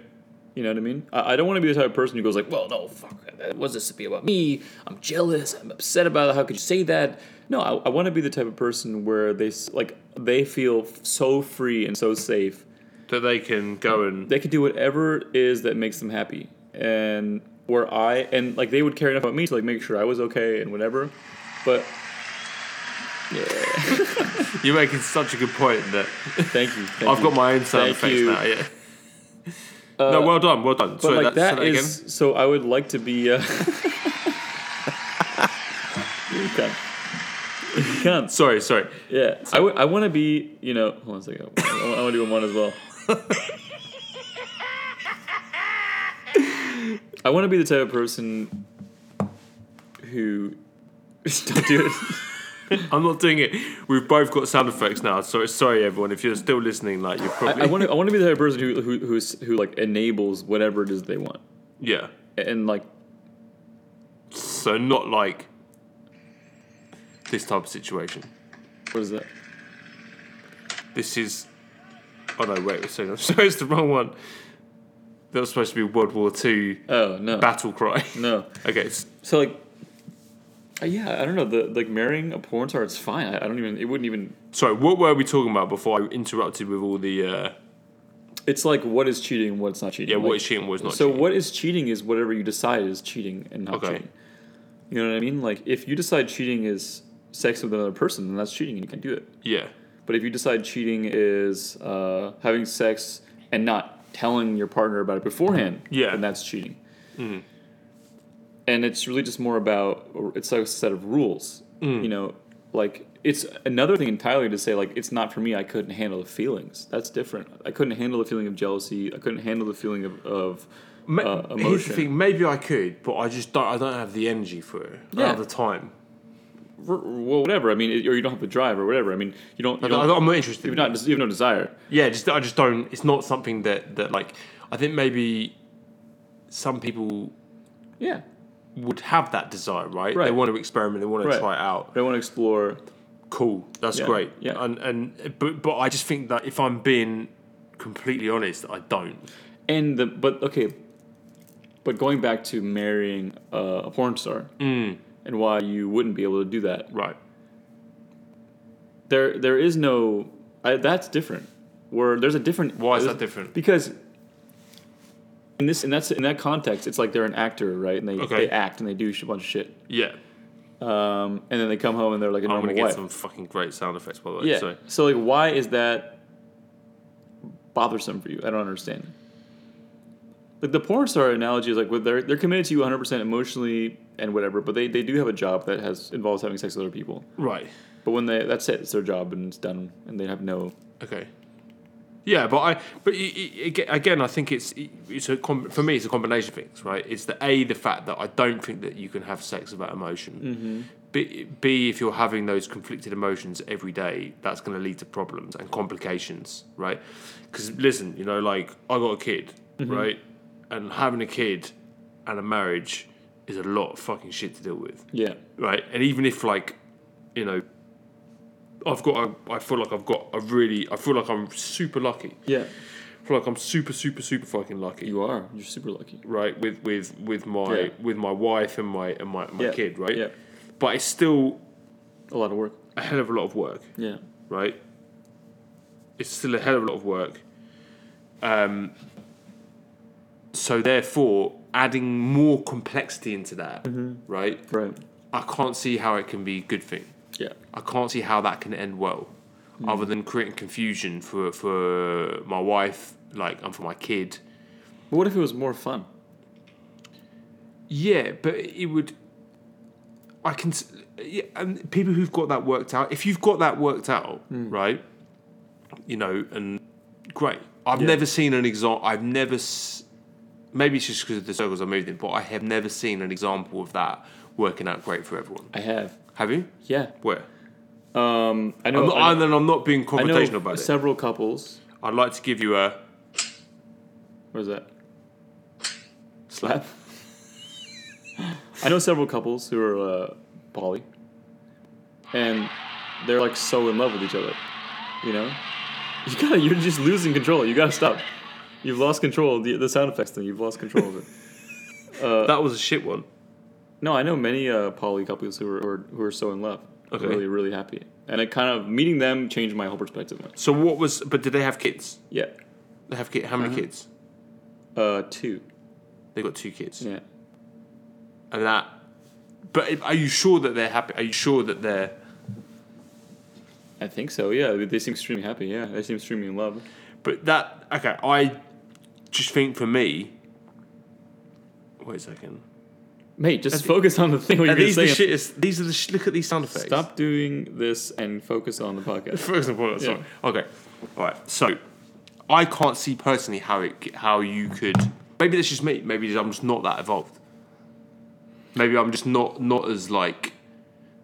Speaker 4: You know what I mean? I, I don't want to be the type of person who goes like, "Well, no, fuck. that. What's this to be about me? I'm jealous. I'm upset about it. How could you say that?" No, I, I want to be the type of person where they s- like they feel f- so free and so safe.
Speaker 3: That they can go and
Speaker 4: They can do whatever it is that makes them happy, and where I and like they would care enough about me to like make sure I was okay and whatever. But
Speaker 3: You're making such a good point that
Speaker 4: thank you. Thank
Speaker 3: I've
Speaker 4: you.
Speaker 3: got my own sound
Speaker 4: Thank
Speaker 3: effects
Speaker 4: you.
Speaker 3: now. Yeah. [laughs] no, well done, well done.
Speaker 4: But
Speaker 3: Sorry,
Speaker 4: like
Speaker 3: that,
Speaker 4: that
Speaker 3: say that
Speaker 4: is so. I [laughs] would like to be. Uh, You cunt. Can't.
Speaker 3: Sorry, sorry.
Speaker 4: Yeah. I, w- I want to be, you know, hold on a second. I, want to do one as well. [laughs] I want to be the type of person who. [laughs] Don't do it.
Speaker 3: I'm not doing it. We've both got sound effects now. So sorry, everyone. If you're still listening, like you're
Speaker 4: I,
Speaker 3: probably
Speaker 4: I want to. I want to be the type of person who who who's, who like enables whatever it is they want,
Speaker 3: yeah.
Speaker 4: and like
Speaker 3: So not like this type of situation.
Speaker 4: what is that?
Speaker 3: This is. Oh no! Wait a second. [laughs] I'm sorry, it's the wrong one. That was supposed to be World War Two
Speaker 4: Oh no,
Speaker 3: battle cry. [laughs]
Speaker 4: no.
Speaker 3: okay. It's,
Speaker 4: So like, uh, yeah, I don't know. The like marrying a porn star, it's fine. I, I don't even. It wouldn't even.
Speaker 3: sorry. What were we talking about before I interrupted with all the? Uh,
Speaker 4: It's like what is cheating, and what's not cheating.
Speaker 3: yeah.
Speaker 4: Like,
Speaker 3: what is cheating? What is not?
Speaker 4: So
Speaker 3: cheating?
Speaker 4: what is cheating is whatever you decide is cheating and not
Speaker 3: Okay.
Speaker 4: cheating. You know what I mean? Like if you decide cheating is sex with another person, then that's cheating and you can do it.
Speaker 3: Yeah.
Speaker 4: But if you decide cheating is uh, having sex and not telling your partner about it beforehand,
Speaker 3: Yeah. Mm-hmm.
Speaker 4: then that's cheating. And it's really just more about it's like a set of rules.
Speaker 3: Mm.
Speaker 4: You know, like it's another thing entirely to say like it's not for me. I couldn't handle the feelings. That's different. I couldn't handle the feeling of jealousy. I couldn't handle the feeling of, of
Speaker 3: Ma- here's
Speaker 4: uh,
Speaker 3: the
Speaker 4: emotion.
Speaker 3: thing. Maybe I could, but I just don't. I don't have the energy for it. I
Speaker 4: Yeah.
Speaker 3: don't have the time.
Speaker 4: r- well, whatever. I mean, it- or you don't have the drive or whatever. I mean, you don't.
Speaker 3: I
Speaker 4: You
Speaker 3: don't,
Speaker 4: don't
Speaker 3: I'm not interested.
Speaker 4: you've
Speaker 3: in
Speaker 4: not.
Speaker 3: it.
Speaker 4: You have no desire.
Speaker 3: yeah, just I just don't. It's not something that that like. I think maybe some people
Speaker 4: Yeah.
Speaker 3: would have that desire, right? They
Speaker 4: Right.
Speaker 3: want to experiment. They want to
Speaker 4: Right.
Speaker 3: try it out.
Speaker 4: But I want to explore.
Speaker 3: Cool. That's
Speaker 4: Yeah,
Speaker 3: great.
Speaker 4: yeah.
Speaker 3: And and but but I just think that if I'm being completely honest, I don't.
Speaker 4: And the but okay, but going back to marrying uh, a porn star
Speaker 3: Mm.
Speaker 4: and why you wouldn't be able to do that.
Speaker 3: Right.
Speaker 4: There there is no I, that's different. Where there's a different.
Speaker 3: Why is
Speaker 4: there's-
Speaker 3: that different?
Speaker 4: Because in this in that's in that context, it's like they're an actor, right? And they,
Speaker 3: Okay.
Speaker 4: they act and they do a bunch of shit.
Speaker 3: Yeah.
Speaker 4: Um, and then they come home and they're like a
Speaker 3: I'm
Speaker 4: normal
Speaker 3: gonna get
Speaker 4: wife.
Speaker 3: some fucking great sound effects by the way.
Speaker 4: yeah.
Speaker 3: So
Speaker 4: So like, why is that bothersome for you? I don't understand. Like the porn star analogy is like, well, they're they're committed to you 100 percent emotionally and whatever, but they, they do have a job that has involves having sex with other people.
Speaker 3: right.
Speaker 4: But when they that's it, it's their job and it's done, and they have no.
Speaker 3: Okay. Yeah, but I but y- y- aga- again, I think it's it's a com- for me it's a combination of things, right? It's the a the fact that I don't think that you can have sex without emotion. B, B if you're having those conflicted emotions every day, that's going to lead to problems and complications, right? Because listen, you know, like I got a kid, right, and having a kid and a marriage is a lot of fucking shit to deal with
Speaker 4: Yeah.
Speaker 3: right? And even if like, you know, I've got, a, I feel like I've got a really, I feel like I'm super lucky.
Speaker 4: Yeah.
Speaker 3: I feel like I'm super, super, super fucking lucky,
Speaker 4: You are. You're super lucky.
Speaker 3: right? With with with my
Speaker 4: Yeah.
Speaker 3: with my wife and my and my, my
Speaker 4: Yeah.
Speaker 3: kid, right?
Speaker 4: Yeah.
Speaker 3: But it's still
Speaker 4: A lot of work.
Speaker 3: a hell of a lot of work,
Speaker 4: Yeah.
Speaker 3: right? It's still a hell of a lot of work. Um. So therefore, adding more complexity into that,
Speaker 4: Mm-hmm.
Speaker 3: right?
Speaker 4: Right.
Speaker 3: I can't see how it can be a good thing.
Speaker 4: Yeah.
Speaker 3: I can't see how that can end well, other than creating confusion for for my wife, like and for my kid.
Speaker 4: But what if it was more fun?
Speaker 3: Yeah, but it would. I can. s- Yeah, and people who've got that worked out. If you've got that worked out, right? You know, and great. I've
Speaker 4: Yeah.
Speaker 3: never seen an example. I've never. S- maybe it's just because of the circles I moved in, but I have never seen an example of that working out great for everyone.
Speaker 4: I have.
Speaker 3: Have you?
Speaker 4: Yeah.
Speaker 3: Where?
Speaker 4: Um. I know.
Speaker 3: I'm not,
Speaker 4: I
Speaker 3: and
Speaker 4: know,
Speaker 3: then I'm not being
Speaker 4: I
Speaker 3: confrontational
Speaker 4: know
Speaker 3: about it.
Speaker 4: several couples.
Speaker 3: I'd like to give you a.
Speaker 4: What is that? Slap. I know several couples who are uh, poly, and they're like so in love with each other. You know, you gotta. You're just losing control. You gotta stop. You've lost control. The, the sound effects thing. You've lost control of it.
Speaker 3: that was a shit one.
Speaker 4: No, I know many uh, poly couples who are, who are who are so in love.
Speaker 3: Okay.
Speaker 4: Really, really happy. And it kind of meeting them changed my whole perspective. on it.
Speaker 3: So what was? But did they have kids?
Speaker 4: Yeah.
Speaker 3: They have kid. How many kids?
Speaker 4: Uh, two.
Speaker 3: They got two kids.
Speaker 4: Yeah.
Speaker 3: And that. But i- are you sure that they're happy? Are you sure that they're?
Speaker 4: I think so. Yeah, they- they seem extremely happy. Yeah, they seem extremely in love.
Speaker 3: But that. Okay, I just think for me. Wait a second.
Speaker 4: Mate, just focus on the thing what
Speaker 3: Are
Speaker 4: you're
Speaker 3: these the
Speaker 4: saying.
Speaker 3: shittest? These are the sh- look at these sound effects.
Speaker 4: Stop doing this and focus on the podcast.
Speaker 3: First and foremost,
Speaker 4: Yeah.
Speaker 3: sorry. Okay. All right. So, I can't see personally how it how you could. Maybe that's just me. Maybe I'm just not that evolved. Maybe I'm just not not as like.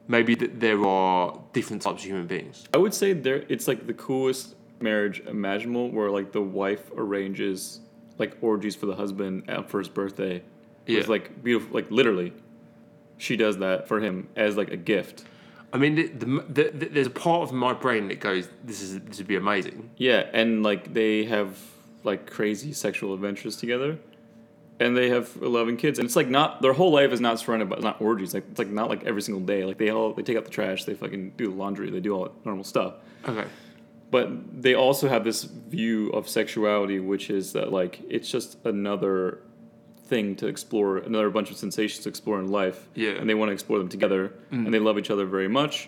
Speaker 3: Maybe that there are different types of human beings.
Speaker 4: I would say there it's like the coolest marriage imaginable where like the wife arranges like orgies for the husband at- for his birthday.
Speaker 3: Yeah.
Speaker 4: It's like beautiful like literally she does that for him as like a gift.
Speaker 3: I mean, the, the, the, there's a part of my brain that goes, "This is this would be amazing."
Speaker 4: Yeah, and like they have like crazy sexual adventures together. And they have eleven kids, and it's like not their whole life is not surrounded by not orgies. Like it's like not like every single day. Like they all they take out the trash, they fucking do the laundry, they do all that normal stuff.
Speaker 3: Okay.
Speaker 4: but they also have this view of sexuality which is that like it's just another thing to explore another bunch of sensations to explore in life
Speaker 3: Yeah. Mm-hmm.
Speaker 4: and they want to explore them together and they love each other very much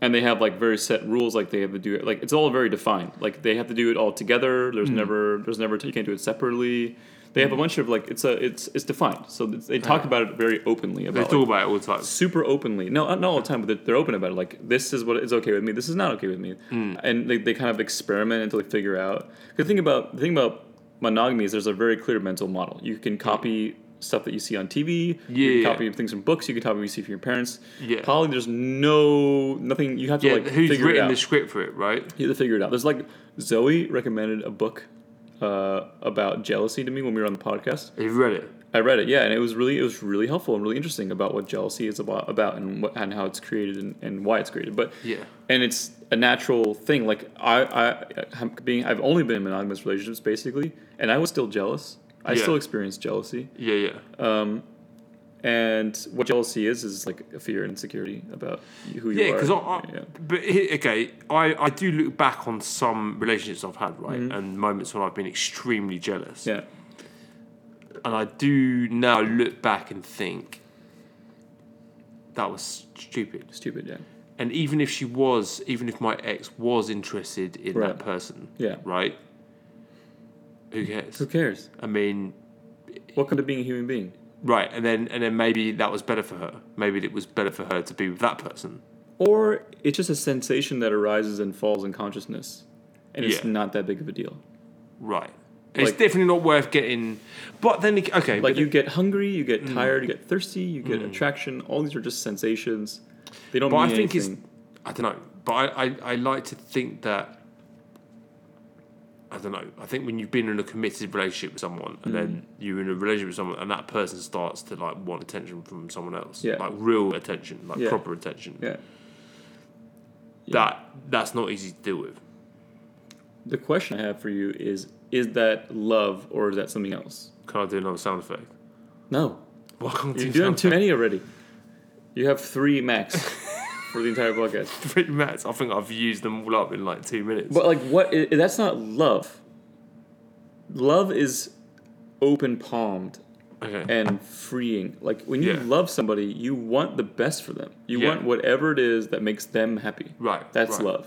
Speaker 4: and they have like very set rules like they have to do it like it's all very defined like they have to do it all together there's
Speaker 3: Mm-hmm.
Speaker 4: never there's never you can't do it separately they have a bunch of like it's a it's it's defined so they talk about it very openly
Speaker 3: They
Speaker 4: about like,
Speaker 3: talk about it all the time.
Speaker 4: super openly. No, uh, not all the time, but they're- they're open about it. Like this is what is okay with me. This is not okay with me.
Speaker 3: Hmm.
Speaker 4: And they, they kind of experiment until they figure out. The thing about the thing about monogamy is there's a very clear mental model. You can copy stuff that you see on TV. You
Speaker 3: Yeah.
Speaker 4: can copy things from books. You can copy what you see from your parents.
Speaker 3: Yeah.
Speaker 4: Probably there's no nothing you have to
Speaker 3: Yeah,
Speaker 4: like
Speaker 3: who's
Speaker 4: figure it
Speaker 3: written
Speaker 4: out.
Speaker 3: the script for it, right?
Speaker 4: You have to figure it out. There's like Zoe recommended a book uh, about jealousy to me when we were on the podcast.
Speaker 3: Have you read it?
Speaker 4: I read it, yeah, and it was really it was really helpful and really interesting about what jealousy is about, about and what, and how it's created and, and why it's created. But
Speaker 3: Yeah.
Speaker 4: and it's a natural thing. Like I I I'm being I've only been in monogamous relationships basically, and I was still jealous. I
Speaker 3: Yeah.
Speaker 4: still experienced jealousy,
Speaker 3: Yeah, yeah.
Speaker 4: and what jealousy is is like a fear and insecurity about who you
Speaker 3: Yeah,
Speaker 4: are.
Speaker 3: because I, I
Speaker 4: Yeah.
Speaker 3: but he- okay, I, I do look back on some relationships I've had, right, and moments when I've been extremely jealous,
Speaker 4: Mm-hmm. yeah,
Speaker 3: and I do now look back and think that was stupid.
Speaker 4: stupid. Yeah,
Speaker 3: And even if she was, even if my ex was interested in
Speaker 4: Right.
Speaker 3: that person,
Speaker 4: Yeah.
Speaker 3: right, who cares?
Speaker 4: who cares?
Speaker 3: I mean,
Speaker 4: Welcome to being a human being.
Speaker 3: right, and then and then maybe that was better for her. Maybe it was better for her to be with that person.
Speaker 4: Or it's just a sensation that arises and falls in consciousness, and it's
Speaker 3: Yeah.
Speaker 4: not that big of a deal.
Speaker 3: Right. It's
Speaker 4: Like-
Speaker 3: definitely not worth getting. But then, ag- okay.
Speaker 4: like
Speaker 3: but
Speaker 4: you get hungry, you get tired, you get thirsty, you get attraction. All these are just sensations. They don't
Speaker 3: but I
Speaker 4: mean
Speaker 3: think
Speaker 4: anything.
Speaker 3: it's. I don't know. But I, I, I like to think that. I don't know. I think when you've been in a committed relationship with someone, and
Speaker 4: Mm.
Speaker 3: then you're in a relationship with someone, and that person starts to like want attention from someone else,
Speaker 4: Yeah.
Speaker 3: like real attention, like
Speaker 4: Yeah.
Speaker 3: proper attention.
Speaker 4: yeah.
Speaker 3: That that's not easy to deal with.
Speaker 4: The question I have for you is: Is that love or is that something else?
Speaker 3: Can I do another sound effect? [laughs]
Speaker 4: No,
Speaker 3: Welcome to
Speaker 4: you're doing too many already. You have three [laughs] max for the entire podcast.
Speaker 3: three minutes. I think I've used them all up in like two minutes.
Speaker 4: But like, what? i- That's not love. Love is open palmed
Speaker 3: okay.
Speaker 4: and freeing. Like when you
Speaker 3: Yeah.
Speaker 4: love somebody, you want the best for them. You
Speaker 3: Yeah.
Speaker 4: want whatever it is that makes them happy.
Speaker 3: Right,
Speaker 4: That's
Speaker 3: right.
Speaker 4: love.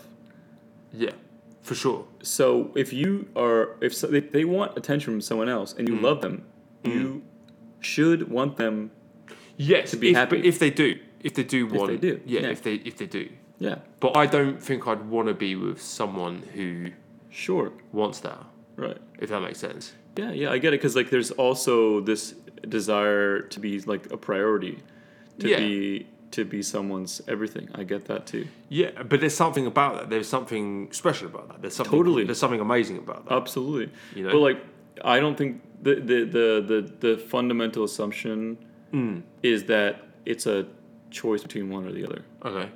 Speaker 3: yeah, for sure.
Speaker 4: So if you are, if so, if they want attention from someone else and you
Speaker 3: Mm.
Speaker 4: love them, you should want them.
Speaker 3: Yes,
Speaker 4: to be
Speaker 3: if,
Speaker 4: happy.
Speaker 3: But if they do, if they do want,
Speaker 4: they do,
Speaker 3: yeah,
Speaker 4: yeah.
Speaker 3: if they if they do.
Speaker 4: Yeah,
Speaker 3: But I don't think I'd want to be with someone who
Speaker 4: sure,
Speaker 3: wants that.
Speaker 4: right.
Speaker 3: If that makes sense.
Speaker 4: Yeah, yeah, I get it. Because like, there's also this desire to be like a priority, to
Speaker 3: Yeah.
Speaker 4: be to be someone's everything. I get that too.
Speaker 3: Yeah, but there's something about that. There's something special about that. There's something
Speaker 4: Totally.
Speaker 3: There's something amazing about that.
Speaker 4: Absolutely.
Speaker 3: You know?
Speaker 4: But like, I don't think the the the the, the fundamental assumption
Speaker 3: Mm.
Speaker 4: is that it's a choice between one or the other.
Speaker 3: okay.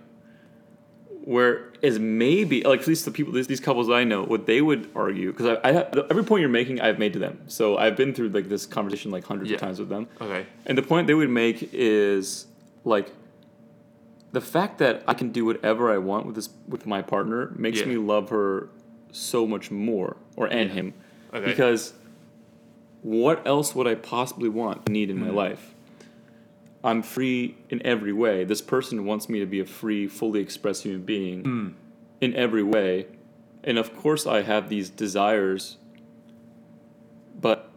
Speaker 4: Whereas maybe, like at least the people, these, these couples I know, what they would argue, because I, I the- every point you're making, I've made to them. So I've been through like this conversation like hundreds
Speaker 3: Yeah.
Speaker 4: of times with them.
Speaker 3: Okay.
Speaker 4: And the point they would make is like the fact that I can do whatever I want with this with my partner makes
Speaker 3: Yeah.
Speaker 4: me love her so much more, or and him,
Speaker 3: Okay.
Speaker 4: because what else would I possibly want need in my
Speaker 3: Mm-hmm.
Speaker 4: life? I'm free in every way. This person wants me to be a free, fully expressed human being
Speaker 3: Hmm.
Speaker 4: in every way. And of course, I have these desires, but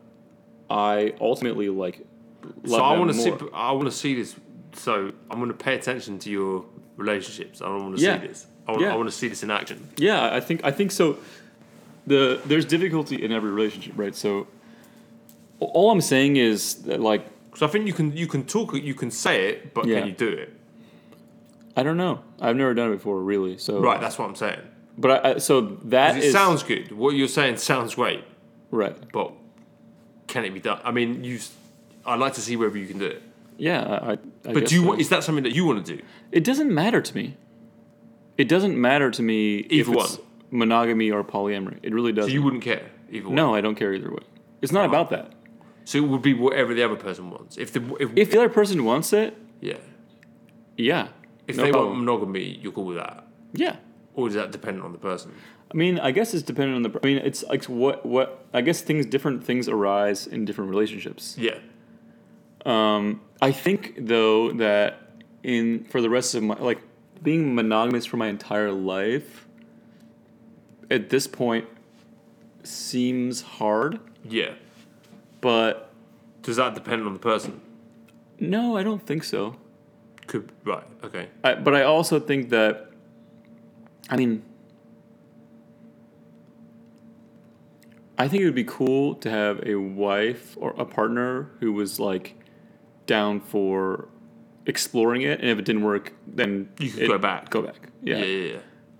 Speaker 4: I ultimately like
Speaker 3: so I want
Speaker 4: want
Speaker 3: to see. I want to see this. So I'm going to pay attention to your relationships. I want to
Speaker 4: Yeah.
Speaker 3: see this. I want,
Speaker 4: Yeah.
Speaker 3: I want to see this in action.
Speaker 4: Yeah, I think I think so. The there's difficulty in every relationship, right? So all I'm saying is that, like
Speaker 3: So I think you can you can talk it, you can say it, but
Speaker 4: Yeah.
Speaker 3: can you do it?
Speaker 4: I don't know. I've never done it before, really. So
Speaker 3: Right. That's what I'm saying.
Speaker 4: But I, I, so
Speaker 3: 'Cause
Speaker 4: that
Speaker 3: It
Speaker 4: is
Speaker 3: sounds good. What you're saying sounds great,
Speaker 4: right.
Speaker 3: but can it be done? I mean, you. s- I'd like to see whether you can do it.
Speaker 4: Yeah, I. I
Speaker 3: But do you? want Is that something that you want to do?
Speaker 4: It doesn't matter to me. It doesn't matter to me if
Speaker 3: Either
Speaker 4: it's
Speaker 3: one.
Speaker 4: monogamy or polyamory. It really
Speaker 3: So
Speaker 4: doesn't.
Speaker 3: you Uh-huh. wouldn't care either. way.
Speaker 4: no, I don't care either way. It's not about that.
Speaker 3: So it would be whatever the other person wants. If the if,
Speaker 4: If the other person wants it,
Speaker 3: yeah,
Speaker 4: yeah.
Speaker 3: if
Speaker 4: No
Speaker 3: they
Speaker 4: problem.
Speaker 3: want monogamy, you're cool with that,
Speaker 4: yeah.
Speaker 3: or is that dependent on the person?
Speaker 4: I mean, I guess it's dependent on the. I mean, it's like what what I guess things different things arise in different relationships.
Speaker 3: Yeah.
Speaker 4: Um, I think though that in for the rest of my like being monogamous for my entire life at this point seems hard,
Speaker 3: Yeah.
Speaker 4: but
Speaker 3: Does that depend on the person?
Speaker 4: no, I don't think so.
Speaker 3: Could right. Okay.
Speaker 4: I, but I also think that, I mean, I think it would be cool to have a wife or a partner who was like down for exploring it, and if it didn't work, then
Speaker 3: You could
Speaker 4: it-
Speaker 3: go back.
Speaker 4: Go back. Yeah.
Speaker 3: Yeah. Yeah.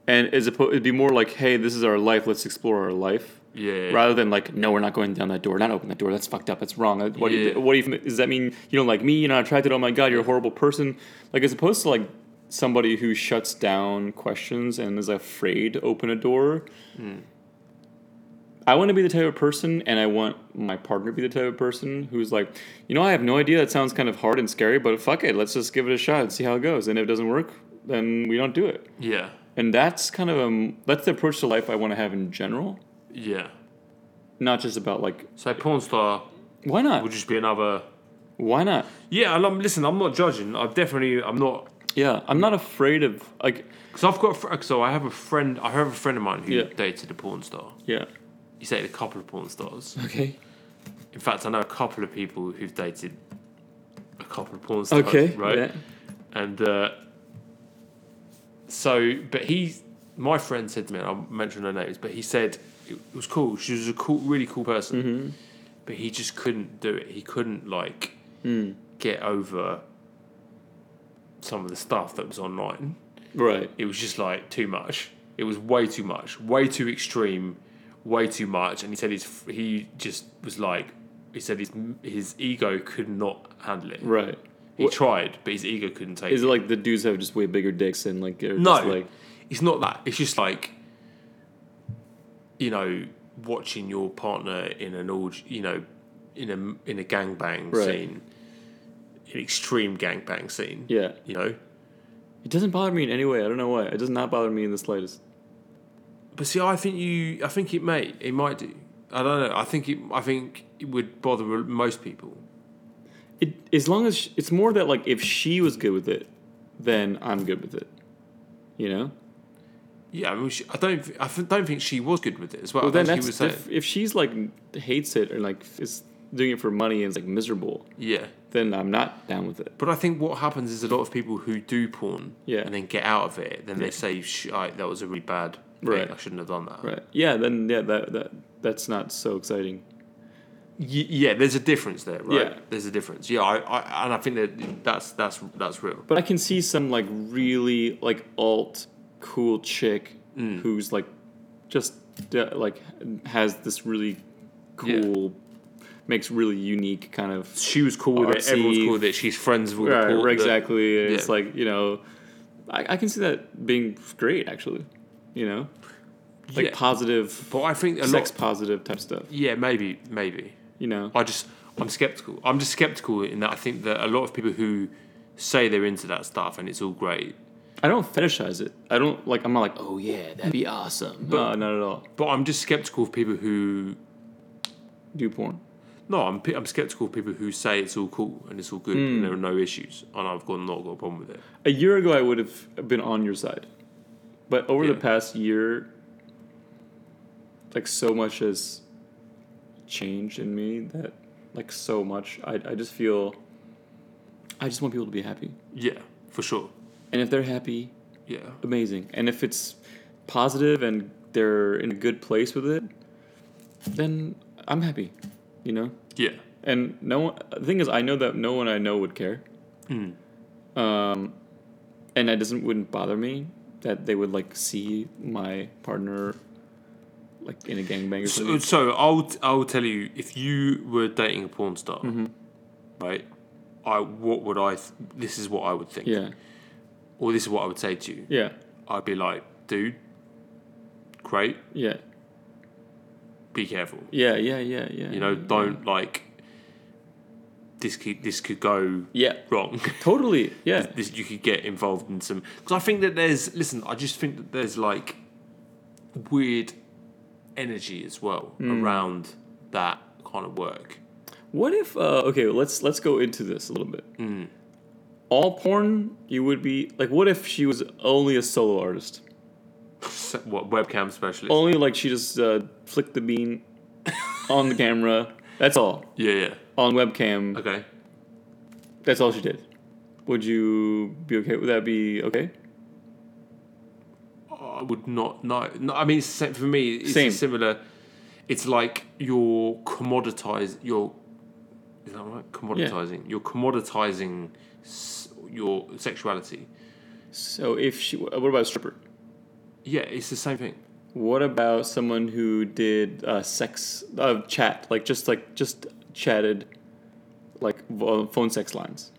Speaker 4: And as opposed, it'd be more like, hey, this is our life. Let's explore our life.
Speaker 3: Yeah. yeah.
Speaker 4: Rather than like, no, we're not going down that door. Not open that door. That's fucked up. That's wrong. What do
Speaker 3: Yeah.
Speaker 4: you? What do you? Does that mean you don't like me? You're not attracted. Oh my god, you're a horrible person. Like as opposed to like somebody who shuts down questions and is afraid to open a door.
Speaker 3: Hmm.
Speaker 4: I want to be the type of person, and I want my partner to be the type of person who's like, you know, I have no idea. That sounds kind of hard and scary, but fuck it. Let's just give it a shot and see how it goes. And if it doesn't work, then we don't do it.
Speaker 3: Yeah.
Speaker 4: And that's kind of um that's the approach to life I want to have in general.
Speaker 3: Yeah.
Speaker 4: Not just about like
Speaker 3: So porn star
Speaker 4: why not?
Speaker 3: would just be another.
Speaker 4: Why not?
Speaker 3: Yeah. And I'm, listen, I'm not judging. I definitely. I'm not.
Speaker 4: Yeah, I'm not afraid of like
Speaker 3: Because I've got. a fr- So I have a friend. I have a friend of mine who
Speaker 4: Yeah.
Speaker 3: dated a porn star.
Speaker 4: yeah.
Speaker 3: He's dated a couple of porn stars.
Speaker 4: Okay.
Speaker 3: In fact, I know a couple of people who've dated a couple of porn stars.
Speaker 4: Okay.
Speaker 3: Right.
Speaker 4: yeah.
Speaker 3: And uh, so, but he, my friend said to me, and I'll mention her names, but he said it was cool. She was a cool, really cool person,
Speaker 4: Mm-hmm.
Speaker 3: but he just couldn't do it. He couldn't like
Speaker 4: Hmm.
Speaker 3: get over some of the stuff that was online.
Speaker 4: Right.
Speaker 3: It was just like too much. It was way too much, way too extreme, way too much. And he said his he just was like he said his his ego could not handle it.
Speaker 4: Right.
Speaker 3: He tried, but his ego couldn't take
Speaker 4: Is
Speaker 3: it.
Speaker 4: it like the dudes have just way bigger dicks and like they're
Speaker 3: No,
Speaker 4: just like
Speaker 3: it's not that. It's just like, you know, watching your partner in an all, you know, in a in a gangbang
Speaker 4: Right.
Speaker 3: scene, an extreme gangbang scene.
Speaker 4: yeah.
Speaker 3: you know.
Speaker 4: It doesn't bother me in any way. I don't know why. It does not bother me in the slightest.
Speaker 3: But see, I think you, I think it may, it might do. I don't know. I think it, I think it would bother most people.
Speaker 4: It as long as sh it's more that like if she was good with it, then I'm good with it. You know.
Speaker 3: Yeah, I mean, she, I don't, I th- don't think she was good with it as well.
Speaker 4: Well,
Speaker 3: as
Speaker 4: then
Speaker 3: Oh, he
Speaker 4: that's
Speaker 3: was saying.
Speaker 4: diff- if she's like hates it or like is doing it for money and is like miserable,
Speaker 3: Yeah.
Speaker 4: then I'm not down with it.
Speaker 3: But I think what happens is a lot of people who do porn
Speaker 4: Yeah.
Speaker 3: and then get out of it, then they say, "Sh- I, that was a really bad thing.
Speaker 4: Right.
Speaker 3: I shouldn't have done that.
Speaker 4: Right. Yeah. Then yeah, that that that's not so exciting.
Speaker 3: Y- yeah, there's a difference there, right?
Speaker 4: Yeah.
Speaker 3: There's a difference. Yeah, I, I and I think that that's that's that's real.
Speaker 4: But I can see some like really like alt cool chick
Speaker 3: Mm.
Speaker 4: who's like just uh, like has this really
Speaker 3: Yeah.
Speaker 4: cool makes really unique kind of
Speaker 3: She was cool with it.
Speaker 4: Artsy.
Speaker 3: Everyone's cool with it. She's friends with all the
Speaker 4: right,
Speaker 3: porn-
Speaker 4: right,
Speaker 3: the-
Speaker 4: exactly. and It's
Speaker 3: yeah.
Speaker 4: like you know, I, I can see that being great actually. You know, like
Speaker 3: Yeah.
Speaker 4: positive,
Speaker 3: But I think a
Speaker 4: sex
Speaker 3: lot.
Speaker 4: positive type stuff.
Speaker 3: Yeah, maybe, maybe.
Speaker 4: You know,
Speaker 3: I just I'm skeptical. I'm just skeptical in that I think that a lot of people who say they're into that stuff and it's all great,
Speaker 4: I don't fetishize it. I don't like. I'm not like, oh yeah, that'd be awesome. no, not at all.
Speaker 3: but I'm just skeptical of people who
Speaker 4: Do porn.
Speaker 3: No, I'm I'm skeptical of people who say it's all cool and it's all good and there are no issues, and I've got not got a problem with it.
Speaker 4: A year ago, I would have been on your side, but over the
Speaker 3: Yeah.
Speaker 4: past year, like so much has changed in me that like so much. I I just feel. I just want people to be happy,
Speaker 3: Yeah, for sure.
Speaker 4: and if they're happy,
Speaker 3: Yeah,
Speaker 4: amazing. And if it's positive and they're in a good place with it, then I'm happy, you know.
Speaker 3: yeah,
Speaker 4: And no one, the thing is, I know that no one I know would care.
Speaker 3: Hmm.
Speaker 4: Um, and it doesn't wouldn't bother me that they would like see my partner like in a gangbang or
Speaker 3: So,
Speaker 4: something.
Speaker 3: so I'll I'll tell you if you were dating a porn star, right? I what would I? Th- this is what I would think,
Speaker 4: yeah,
Speaker 3: or this is what I would say to you.
Speaker 4: yeah,
Speaker 3: I'd be like, dude, great,
Speaker 4: yeah,
Speaker 3: be careful.
Speaker 4: yeah, yeah, yeah, yeah.
Speaker 3: You know, don't like this. Could, this could go
Speaker 4: Yeah,
Speaker 3: wrong. [laughs]
Speaker 4: totally. Yeah,
Speaker 3: this, you could get involved in some because I think that there's listen I just think that there's like weird energy as well
Speaker 4: Hmm.
Speaker 3: around that kind of work
Speaker 4: What if uh, okay? Let's let's go into this a little bit.
Speaker 3: Hmm.
Speaker 4: All porn, you would be like. What if she was only a solo artist?
Speaker 3: Se- what webcam specialist
Speaker 4: Only like she just uh, flicked the
Speaker 3: [laughs]
Speaker 4: bean on the camera. That's all
Speaker 3: yeah yeah
Speaker 4: on webcam.
Speaker 3: okay
Speaker 4: That's all she did. Would you be okay? Would that be okay?
Speaker 3: I would not know no, I mean it's the same, for me it's
Speaker 4: Same.
Speaker 3: similar it's like you're commoditized you're is that right commoditizing you're commoditizing s- your sexuality
Speaker 4: So if she, what about a stripper?
Speaker 3: yeah it's the same thing
Speaker 4: What about someone who did uh, sex uh, chat, like just like just chatted, like vo- phone sex lines?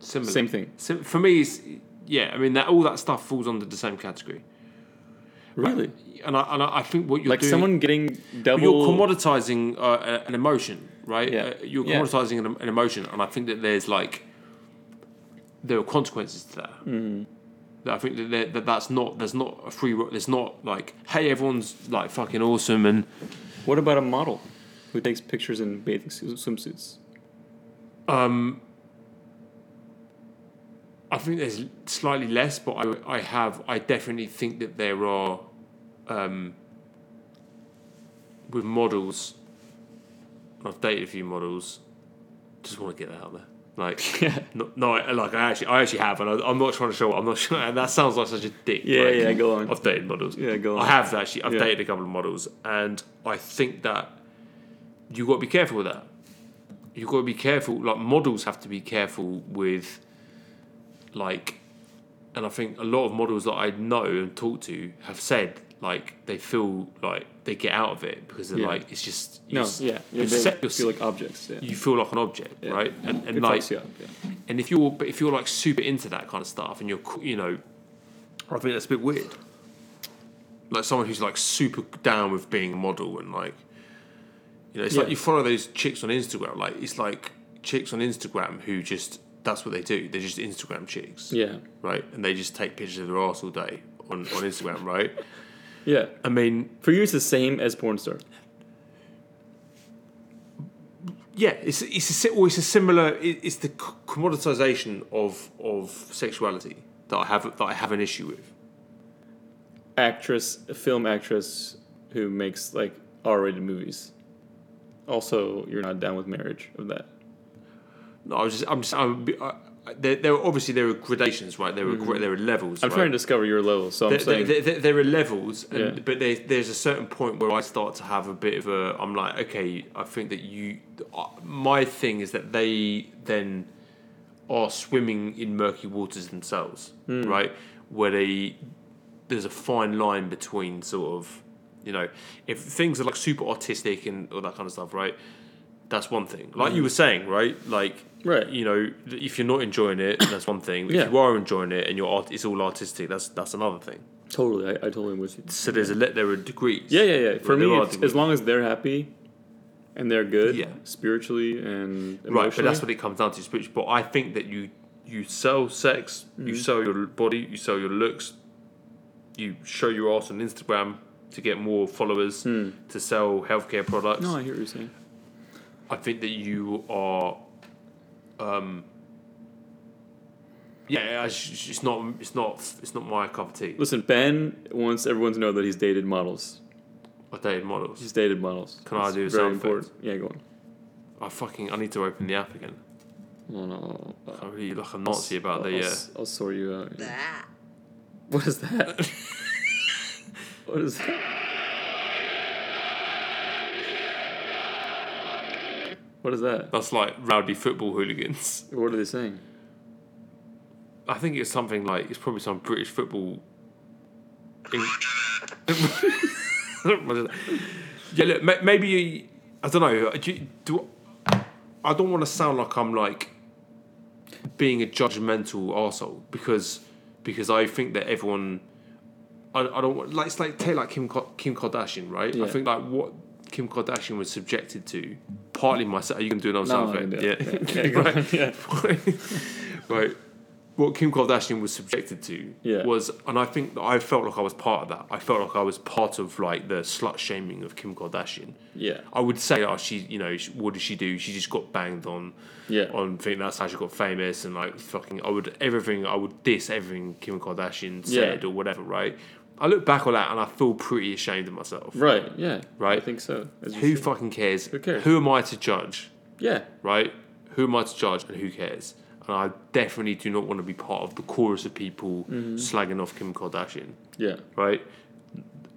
Speaker 3: similar.
Speaker 4: Same thing.
Speaker 3: Sim- for me, it's, yeah. I mean, that all that stuff falls under the same category.
Speaker 4: Really?
Speaker 3: And I and I, I think what you're
Speaker 4: like
Speaker 3: doing,
Speaker 4: someone getting double.
Speaker 3: you're commoditizing uh, a- an emotion, right?
Speaker 4: Yeah.
Speaker 3: Uh, you're
Speaker 4: Yeah.
Speaker 3: commoditizing an, an emotion, and I think that there's like there are consequences to that.
Speaker 4: Mm-hmm.
Speaker 3: That I think that, there- that that's not there's not a free ro- there's not like hey everyone's like fucking awesome and
Speaker 4: What about a model who takes pictures in bathing suits, swimsuits?
Speaker 3: I think there's slightly less, but I, I have I definitely think that there are um, with models. and I've dated a few models. Just want to get that out there.
Speaker 4: [laughs]
Speaker 3: Like, no, no, I- like I actually, I actually have, and I, I'm not trying to show. I'm not sure. And that sounds like such a dick.
Speaker 4: Yeah,
Speaker 3: like,
Speaker 4: yeah, go on.
Speaker 3: I've dated models.
Speaker 4: Yeah, go on.
Speaker 3: I have actually. I've
Speaker 4: Yeah.
Speaker 3: dated a couple of models, and I think that you got to be careful with that. You got to be careful. Like models have to be careful with, like, and I think a lot of models that I know and talk to have said like they feel like they get out of it because they're
Speaker 4: Yeah.
Speaker 3: like it's just you
Speaker 4: No,
Speaker 3: s-
Speaker 4: yeah,
Speaker 3: you're
Speaker 4: you
Speaker 3: set- you're
Speaker 4: feel
Speaker 3: s-
Speaker 4: like objects. Yeah.
Speaker 3: you feel like an object,
Speaker 4: Yeah.
Speaker 3: right? And and
Speaker 4: It
Speaker 3: like
Speaker 4: fucks you up, yeah.
Speaker 3: and if you're but if you're like super into that kind of stuff and you're co- you know, I think that's a bit weird. Like someone who's like super down with being a model and like, you know, it's like
Speaker 4: Yeah.
Speaker 3: you follow those chicks on Instagram. Like it's like chicks on Instagram who just that's what they do. They're just Instagram chicks,
Speaker 4: yeah,
Speaker 3: right? And they just take pictures of their ass all day on on Instagram, right?
Speaker 4: yeah.
Speaker 3: I mean,
Speaker 4: For you, it's the same as porn star.
Speaker 3: yeah, it's it's a, si- or it's a similar. It, it's the c- commoditization of of sexuality that I have that I have an issue with.
Speaker 4: Actress, a film actress who makes like R-rated movies. Also, you're not down with marriage of that.
Speaker 3: No, I was just, I'm just, I'm, I, I- there, there are obviously there are gradations, right? There are gra- there are levels.
Speaker 4: I'm trying to discover your level, so I'm
Speaker 3: There, there,
Speaker 4: saying
Speaker 3: there, there- there are levels, and,
Speaker 4: Yeah.
Speaker 3: but there, there's a certain point where I start to have a bit of a. I'm like, okay, I think that you. uh, My thing is that they then are swimming in murky waters themselves,
Speaker 4: Hmm.
Speaker 3: right? Where they there's a fine line between sort of, you know, if things are like super artistic and all that kind of stuff, right? That's one thing. Like you were saying, right? Like,
Speaker 4: Hmm. Right.
Speaker 3: You know, if you're not enjoying it, that's one thing. But
Speaker 4: Yeah.
Speaker 3: If you are enjoying it and you're art, it's all artistic. That's that's another thing.
Speaker 4: totally. I, I totally with you.
Speaker 3: So there's a le- there are degrees.
Speaker 4: Yeah, yeah, yeah. For
Speaker 3: There
Speaker 4: me,
Speaker 3: are
Speaker 4: it's,
Speaker 3: degrees.
Speaker 4: as long as they're happy and they're good,
Speaker 3: Yeah.
Speaker 4: spiritually and emotionally.
Speaker 3: right, but that's what it comes down to. It's which- But I think that you you sell sex,
Speaker 4: Mm.
Speaker 3: you sell your body, you sell your looks, you show your ass on Instagram to get more followers, to sell healthcare products.
Speaker 4: Hmm. No, I hear what you're saying.
Speaker 3: I think that you are, um, yeah, it's just- it's not, it's not, it's not my cup of tea.
Speaker 4: Listen, Ben wants everyone to know that he's dated models.
Speaker 3: I dated models.
Speaker 4: He's dated models.
Speaker 3: Can I
Speaker 4: It's
Speaker 3: do a
Speaker 4: very
Speaker 3: sound effect?
Speaker 4: important. Yeah, go on.
Speaker 3: I fucking I need to open the app again.
Speaker 4: Oh no.
Speaker 3: I'm really like a Nazi about the uh,
Speaker 4: I'll,
Speaker 3: yeah.
Speaker 4: s- I'll sort you out. What is
Speaker 3: [laughs]
Speaker 4: that? what is that? What is that?
Speaker 3: That's like rowdy football hooligans.
Speaker 4: What are they saying?
Speaker 3: I think it's something like it's probably some British football. Eng- [laughs] yeah, look, ma- maybe you, I don't know. Do, you- do I don't want to sound like I'm like being a judgmental asshole because because I think that everyone. I, I don't want like it's like take like Kim Ka- Kim Kardashian, right?
Speaker 4: Yeah.
Speaker 3: I think like what Kim Kardashian was subjected to, partly myself. Are you gonna do another
Speaker 4: No,
Speaker 3: sound
Speaker 4: I'm
Speaker 3: effect?
Speaker 4: gonna do it. Yeah,
Speaker 3: Yeah. [laughs]
Speaker 4: go on.
Speaker 3: right.
Speaker 4: Yeah.
Speaker 3: [laughs] right. What Kim Kardashian was subjected to
Speaker 4: Yeah.
Speaker 3: was, and I think that I felt like I was part of that. I felt like I was part of like the slut shaming of Kim Kardashian.
Speaker 4: Yeah.
Speaker 3: I would say, oh, she, you know, she, what did she do? She just got banged on,
Speaker 4: Yeah.
Speaker 3: on thing. That's how she got famous, and like fucking, I would everything. I would diss everything Kim Kardashian
Speaker 4: Yeah.
Speaker 3: said or whatever. Right. I look back on that and I feel pretty ashamed of myself.
Speaker 4: Right, yeah.
Speaker 3: Right.
Speaker 4: I think so. As you
Speaker 3: Who
Speaker 4: said.
Speaker 3: fucking cares? Who
Speaker 4: cares?
Speaker 3: Who am I to judge?
Speaker 4: yeah.
Speaker 3: right? Who am I to judge and who cares? And I definitely do not want to be part of the chorus of people slagging off Kim Kardashian,
Speaker 4: Yeah.
Speaker 3: right?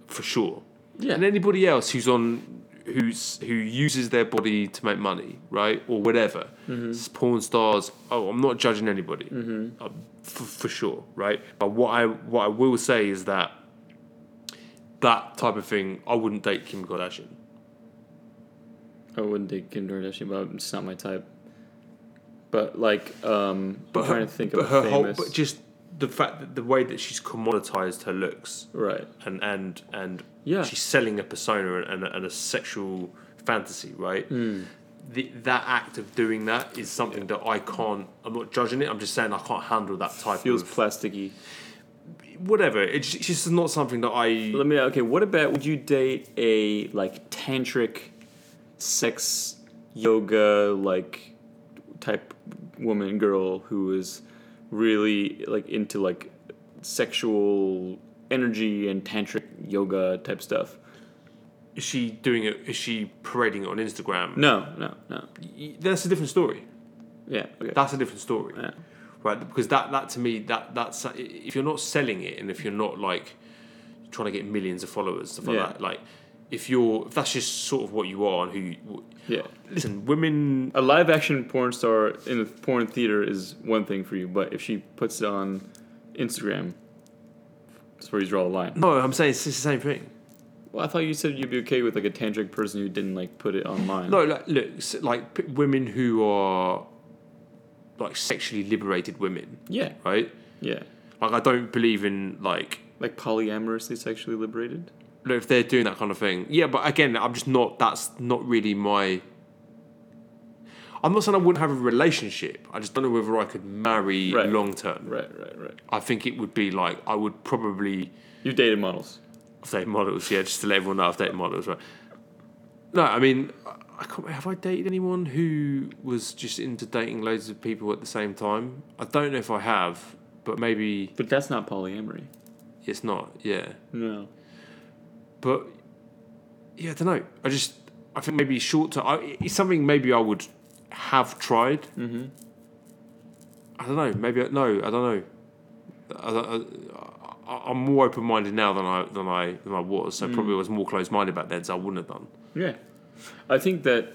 Speaker 3: For sure.
Speaker 4: Yeah.
Speaker 3: And anybody else who's on who's who uses their body to make money, right? Or whatever. It's porn stars. Oh, I'm not judging anybody. Uh, for, for sure, right? But what I what I will say is that that type of thing, I wouldn't date Kim Kardashian.
Speaker 4: I wouldn't take Kim Kardashian, but it's not my type. But like, um, I'm
Speaker 3: her-
Speaker 4: trying to think
Speaker 3: but
Speaker 4: of
Speaker 3: her
Speaker 4: famous.
Speaker 3: whole, but just the fact that the way that she's commoditized her looks
Speaker 4: right.
Speaker 3: and and and
Speaker 4: Yeah.
Speaker 3: she's selling a persona and, and, a, and a sexual fantasy, right?
Speaker 4: Hmm.
Speaker 3: The, that act of doing that is something that I can't. I'm not judging it. I'm just saying I can't handle that type
Speaker 4: Feels
Speaker 3: of
Speaker 4: plasticky.
Speaker 3: whatever. It's, it's just not something that I.
Speaker 4: Let me. Okay. What about? Would you date a like tantric, sex, yoga like type woman girl who is really like into like sexual energy and tantric yoga type stuff?
Speaker 3: Is she doing it? Is she parading it on Instagram?
Speaker 4: No. No. No.
Speaker 3: Y- That's a different story.
Speaker 4: Yeah. Okay.
Speaker 3: That's a different story.
Speaker 4: yeah.
Speaker 3: right? Because that that to me that that's if you're not selling it and if you're not like trying to get millions of followers stuff like
Speaker 4: Yeah.
Speaker 3: that, like if you're if that's just sort of what you are and who. You,
Speaker 4: Yeah.
Speaker 3: Listen, women.
Speaker 4: A live action porn star in a porn theater is one thing for you, but if she puts it on Instagram, that's where you draw the line.
Speaker 3: No, I'm saying it's the same thing.
Speaker 4: Well, I thought you said you'd be okay with like a tantric person who didn't like put it online.
Speaker 3: No, like, look, s- like p- women who are like sexually liberated women,
Speaker 4: Yeah.
Speaker 3: right?
Speaker 4: Yeah.
Speaker 3: Like, I don't believe in like
Speaker 4: Like polyamorously sexually liberated.
Speaker 3: look, if they're doing that kind of thing. Yeah, but again, I'm just not. That's not really my. I'm not saying I wouldn't have a relationship. I just don't know whether I could marry
Speaker 4: Right.
Speaker 3: long term.
Speaker 4: Right. Right. Right.
Speaker 3: I think it would be like I would probably
Speaker 4: You dated models.
Speaker 3: I've dated models. Yeah, just to let everyone know I've dated models. Right. No, I mean, I- I can't. Have I dated anyone who was just into dating loads of people at the same time? I don't know if I have, but maybe
Speaker 4: But that's not polyamory.
Speaker 3: it's not. Yeah.
Speaker 4: No.
Speaker 3: but yeah, I don't know. I just I think maybe short term. I, it's something maybe I would have tried. Mm-hmm. I don't know. Maybe I- no. I don't know. I, don't- I, I, I'm more open minded now than I than I than I was.
Speaker 4: Mm.
Speaker 3: So probably I was more closed minded back then. So I wouldn't have done.
Speaker 4: Yeah. I think that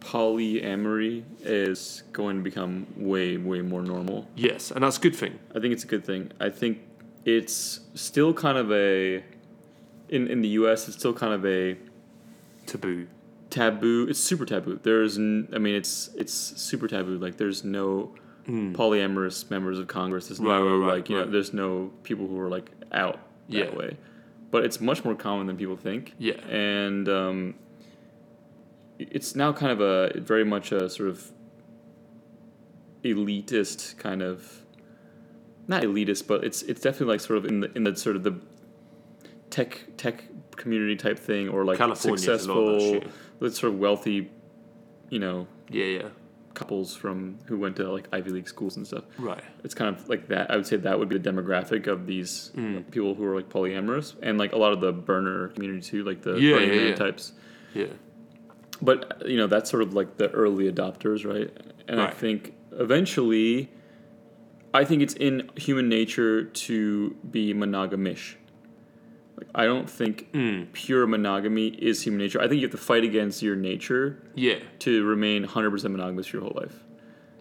Speaker 4: polyamory is going to become way, way more normal.
Speaker 3: Yes, and that's a good thing.
Speaker 4: I think it's a good thing. I think it's still kind of a in in the U.S. It's still kind of a
Speaker 3: Taboo.
Speaker 4: taboo. It's super taboo. There's n- I mean it's it's super taboo. Like there's no polyamorous members of Congress. There's
Speaker 3: Hmm. Right,
Speaker 4: no
Speaker 3: right, right,
Speaker 4: like you know
Speaker 3: right.
Speaker 4: there's no people who are like out that
Speaker 3: Yeah.
Speaker 4: way. But it's much more common than people think.
Speaker 3: Yeah.
Speaker 4: and um, it's now kind of a very much a sort of elitist kind of not elitist, but it's it's definitely like sort of in the in the sort of the tech tech community type thing or like
Speaker 3: California's a lot of that
Speaker 4: successful,
Speaker 3: shit.
Speaker 4: like sort of wealthy, you know,
Speaker 3: Yeah, yeah.
Speaker 4: couples from who went to like Ivy League schools and stuff.
Speaker 3: Right.
Speaker 4: It's kind of like that. I would say that would be the demographic of these
Speaker 3: Mm.
Speaker 4: people who are like polyamorous and like a lot of the burner community too, like the
Speaker 3: Yeah,
Speaker 4: Burning
Speaker 3: yeah,
Speaker 4: Man
Speaker 3: yeah.
Speaker 4: types.
Speaker 3: Yeah.
Speaker 4: but you know that's sort of like the early adopters right and i
Speaker 3: Right.
Speaker 4: think eventually i think it's in human nature to be monogamish like i don't think pure monogamy is human nature i think you have to fight against your nature
Speaker 3: Yeah,
Speaker 4: to remain 100% monogamous your whole life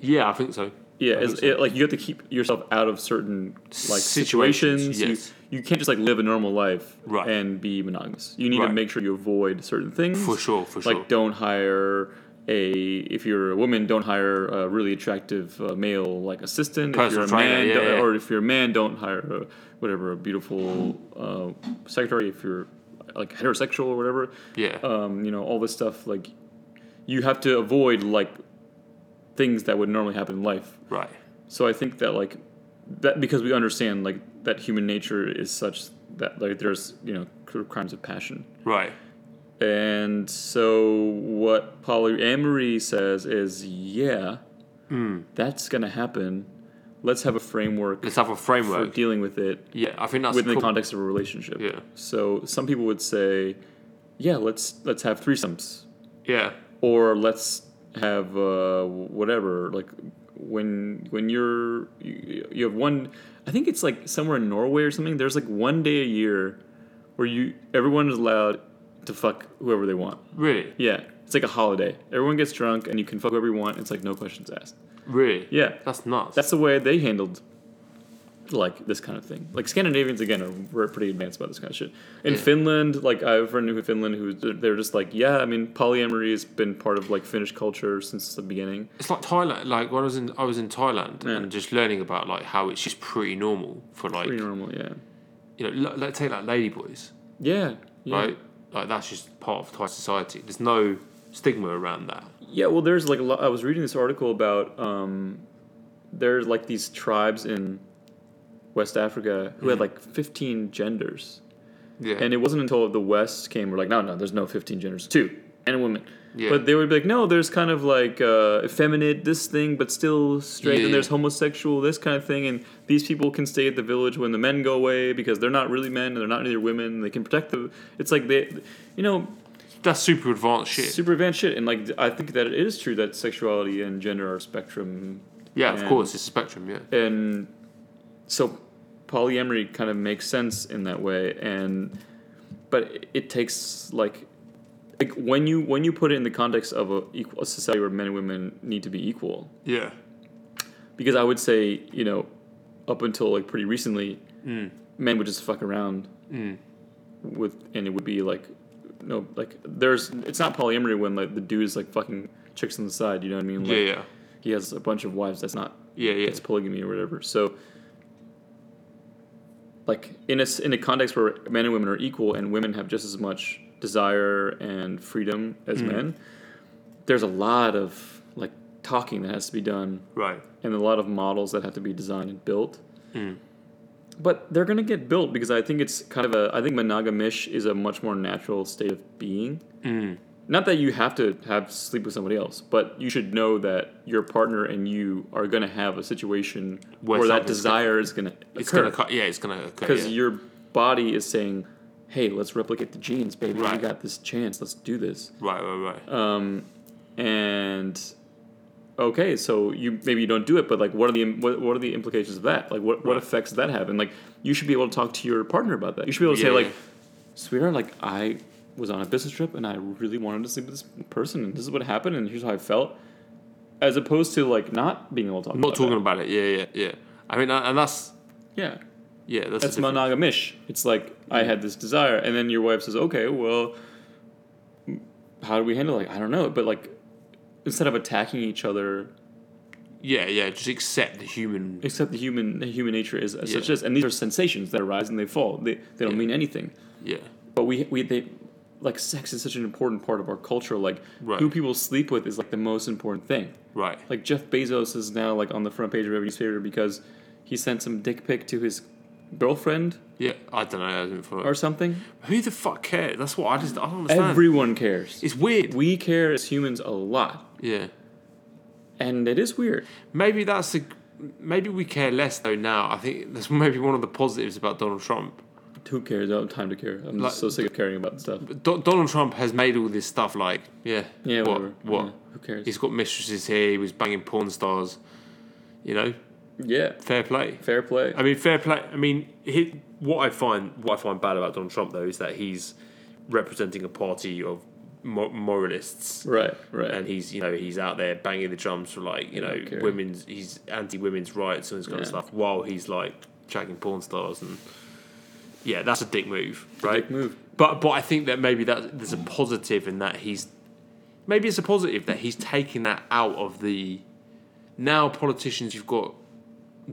Speaker 3: yeah, I think so.
Speaker 4: yeah,
Speaker 3: I
Speaker 4: as,
Speaker 3: think so.
Speaker 4: it, like you have to keep yourself out of certain like
Speaker 3: Situations,
Speaker 4: situations.
Speaker 3: yes.
Speaker 4: You, you can't just like live a normal life
Speaker 3: Right.
Speaker 4: and be monogamous. You need to
Speaker 3: Right.
Speaker 4: make sure you avoid certain things.
Speaker 3: For sure, for sure.
Speaker 4: Like don't hire a if you're a woman, don't hire a really attractive uh, male like assistant.
Speaker 3: Personal
Speaker 4: if you're a
Speaker 3: trainer,
Speaker 4: man,
Speaker 3: yeah,
Speaker 4: don't-
Speaker 3: yeah.
Speaker 4: or if you're a man, don't hire a, whatever a beautiful uh, secretary. If you're like heterosexual or whatever,
Speaker 3: Yeah.
Speaker 4: um, you know all this stuff like you have to avoid like things that would normally happen in life
Speaker 3: right.
Speaker 4: so I think that like that because we understand like that human nature is such that like there's you know cr- crimes of passion,
Speaker 3: Right.
Speaker 4: and so what polyamory says is yeah,
Speaker 3: Hmm.
Speaker 4: that's gonna happen. Let's have a framework
Speaker 3: Let's have a
Speaker 4: for
Speaker 3: framework.
Speaker 4: dealing with it
Speaker 3: yeah, I think that's
Speaker 4: within
Speaker 3: cool.
Speaker 4: the context of a relationship.
Speaker 3: Yeah.
Speaker 4: So some people would say, yeah, let's let's have threesomes
Speaker 3: Yeah.
Speaker 4: or let's have uh, whatever like when when you're you, you have one i think it's like somewhere in norway or something there's like one day a year where you everyone is allowed to fuck whoever they want
Speaker 3: Really.
Speaker 4: yeah it's like a holiday everyone gets drunk and you can fuck whoever you want it's like no questions asked
Speaker 3: Really.
Speaker 4: Yeah.
Speaker 3: That's nuts.
Speaker 4: that's the way they handled like this kind of thing. Like Scandinavians again are were pretty advanced about this kind of shit. In
Speaker 3: Yeah.
Speaker 4: Finland, like I have a friend who in Finland who they're just like, yeah, I mean polyamory has been part of like Finnish culture since the beginning.
Speaker 3: it's like Thailand. Like when I was in, I was in Thailand
Speaker 4: Yeah.
Speaker 3: and just learning about like how it's just pretty normal for like
Speaker 4: Pretty normal, yeah.
Speaker 3: you know, let, us take like ladyboys,
Speaker 4: Yeah. Yeah.
Speaker 3: right? Like that's just part of Thai society. There's no stigma around that.
Speaker 4: Yeah, well there's like a lot I was reading this article about um there's like these tribes in West Africa who had like fifteen genders.
Speaker 3: Yeah.
Speaker 4: And it wasn't until the West came, we're like, no, no, there's no 15 genders, two men and women.
Speaker 3: Yeah.
Speaker 4: But they would be like, no, there's kind of like uh, effeminate this thing, but still straight,
Speaker 3: Yeah.
Speaker 4: and there's homosexual this kind of thing, and these people can stay at the village when the men go away because they're not really men and they're not really women. and They can protect the. It's like they, you know,
Speaker 3: that's super advanced shit.
Speaker 4: super advanced shit, and like I think that it is true that sexuality and gender are spectrum,
Speaker 3: yeah, of
Speaker 4: and-
Speaker 3: course, it's a spectrum. Yeah.
Speaker 4: and so polyamory kind of makes sense in that way and but it, it takes like like when you when you put it in the context of a, equal, a society where men and women need to be equal
Speaker 3: Yeah.
Speaker 4: because i would say you know up until like pretty recently
Speaker 3: Mm.
Speaker 4: men would just fuck around with and it would be like no like there's it's not polyamory when like the dude is like fucking chicks on the side you know what i mean like
Speaker 3: Yeah. Yeah.
Speaker 4: he has a bunch of wives that's not
Speaker 3: Yeah. Yeah.
Speaker 4: it's polygamy or whatever. So, like in a s- in a context where men and women are equal and women have just as much desire and freedom as men, there's a lot of like talking that has to be done
Speaker 3: Right.
Speaker 4: and a lot of models that have to be designed and built.
Speaker 3: Mm.
Speaker 4: But they're gonna get built because I think it's kind of a I think monogamish is a much more natural state of being.
Speaker 3: Mm.
Speaker 4: Not that you have to have sleep with somebody else, but you should know that your partner and you are gonna have a situation
Speaker 3: Where
Speaker 4: where that
Speaker 3: something's gonna-
Speaker 4: desire is gonna
Speaker 3: It's
Speaker 4: occur
Speaker 3: gonna cut. Yeah. It's gonna occur.
Speaker 4: because
Speaker 3: yeah.
Speaker 4: your body is saying, "Hey, let's replicate the genes, baby.
Speaker 3: Right.
Speaker 4: You got this chance. Let's do this."
Speaker 3: Right. Right. Right.
Speaker 4: um, and okay, so you maybe you don't do it, but like, what are the what, what are the implications of that? Like, what, what
Speaker 3: Right.
Speaker 4: effects does that have? And like, you should be able to talk to your partner about that. You should be able to
Speaker 3: Yeah,
Speaker 4: say like,
Speaker 3: yeah.
Speaker 4: sweetheart, like I was on a business trip and I really wanted to sleep with this person, and this is what happened, and here's how I felt. As opposed to like not being able to talk.
Speaker 3: I'm not
Speaker 4: about
Speaker 3: talking
Speaker 4: that.
Speaker 3: about it. Yeah. Yeah. Yeah. I mean, uh, and that's
Speaker 4: Yeah.
Speaker 3: yeah. That's,
Speaker 4: That's
Speaker 3: a different-
Speaker 4: monogamish. It's like I had this desire, and then your wife says, "Okay, well, how do we handle?" it?" Like I don't know, but like instead of attacking each other,
Speaker 3: Yeah. Yeah. Just accept the human.
Speaker 4: except the human the human nature is as such
Speaker 3: Yeah.
Speaker 4: as, and these are sensations that arise and they fall. They they don't
Speaker 3: Yeah.
Speaker 4: mean anything.
Speaker 3: Yeah.
Speaker 4: But we we they like sex is such an important part of our culture. Like
Speaker 3: Right.
Speaker 4: who people sleep with is like the most important thing.
Speaker 3: Right.
Speaker 4: Like Jeff Bezos is now like on the front page of every newspaper because he sent some dick pic to his girlfriend
Speaker 3: yeah. I don't know. I didn't follow.
Speaker 4: or something.
Speaker 3: Who the fuck cares? That's what I just I don't understand.
Speaker 4: Everyone cares.
Speaker 3: it's weird.
Speaker 4: we care as humans a lot,
Speaker 3: yeah.
Speaker 4: and it is weird.
Speaker 3: Maybe that's a. Maybe we care less though now. I think that's maybe one of the positives about Donald Trump.
Speaker 4: who cares? I don't have time to care. I'm
Speaker 3: Like-
Speaker 4: just so sick of caring about stuff.
Speaker 3: Do- Donald Trump has made all this stuff like, yeah,
Speaker 4: Yeah,
Speaker 3: what,
Speaker 4: whatever.
Speaker 3: what?
Speaker 4: Yeah, who cares?
Speaker 3: He's got mistresses here. He was banging porn stars. You know,
Speaker 4: Yeah,
Speaker 3: fair play.
Speaker 4: fair play.
Speaker 3: I mean, fair play. I mean, he, what I find what I find bad about Donald Trump though is that he's representing a party of mor- moralists.
Speaker 4: right, right.
Speaker 3: And he's, you know, he's out there banging the drums for like, you know,
Speaker 4: don't care.
Speaker 3: women's, he's anti-women's rights and this kind of
Speaker 4: Yeah.
Speaker 3: stuff, while he's like tracking porn stars and, yeah, that's a dick move, right?
Speaker 4: dick move.
Speaker 3: But but I think that maybe that there's a positive in that he's, maybe it's a positive that he's taking that out of the, now politicians you've got,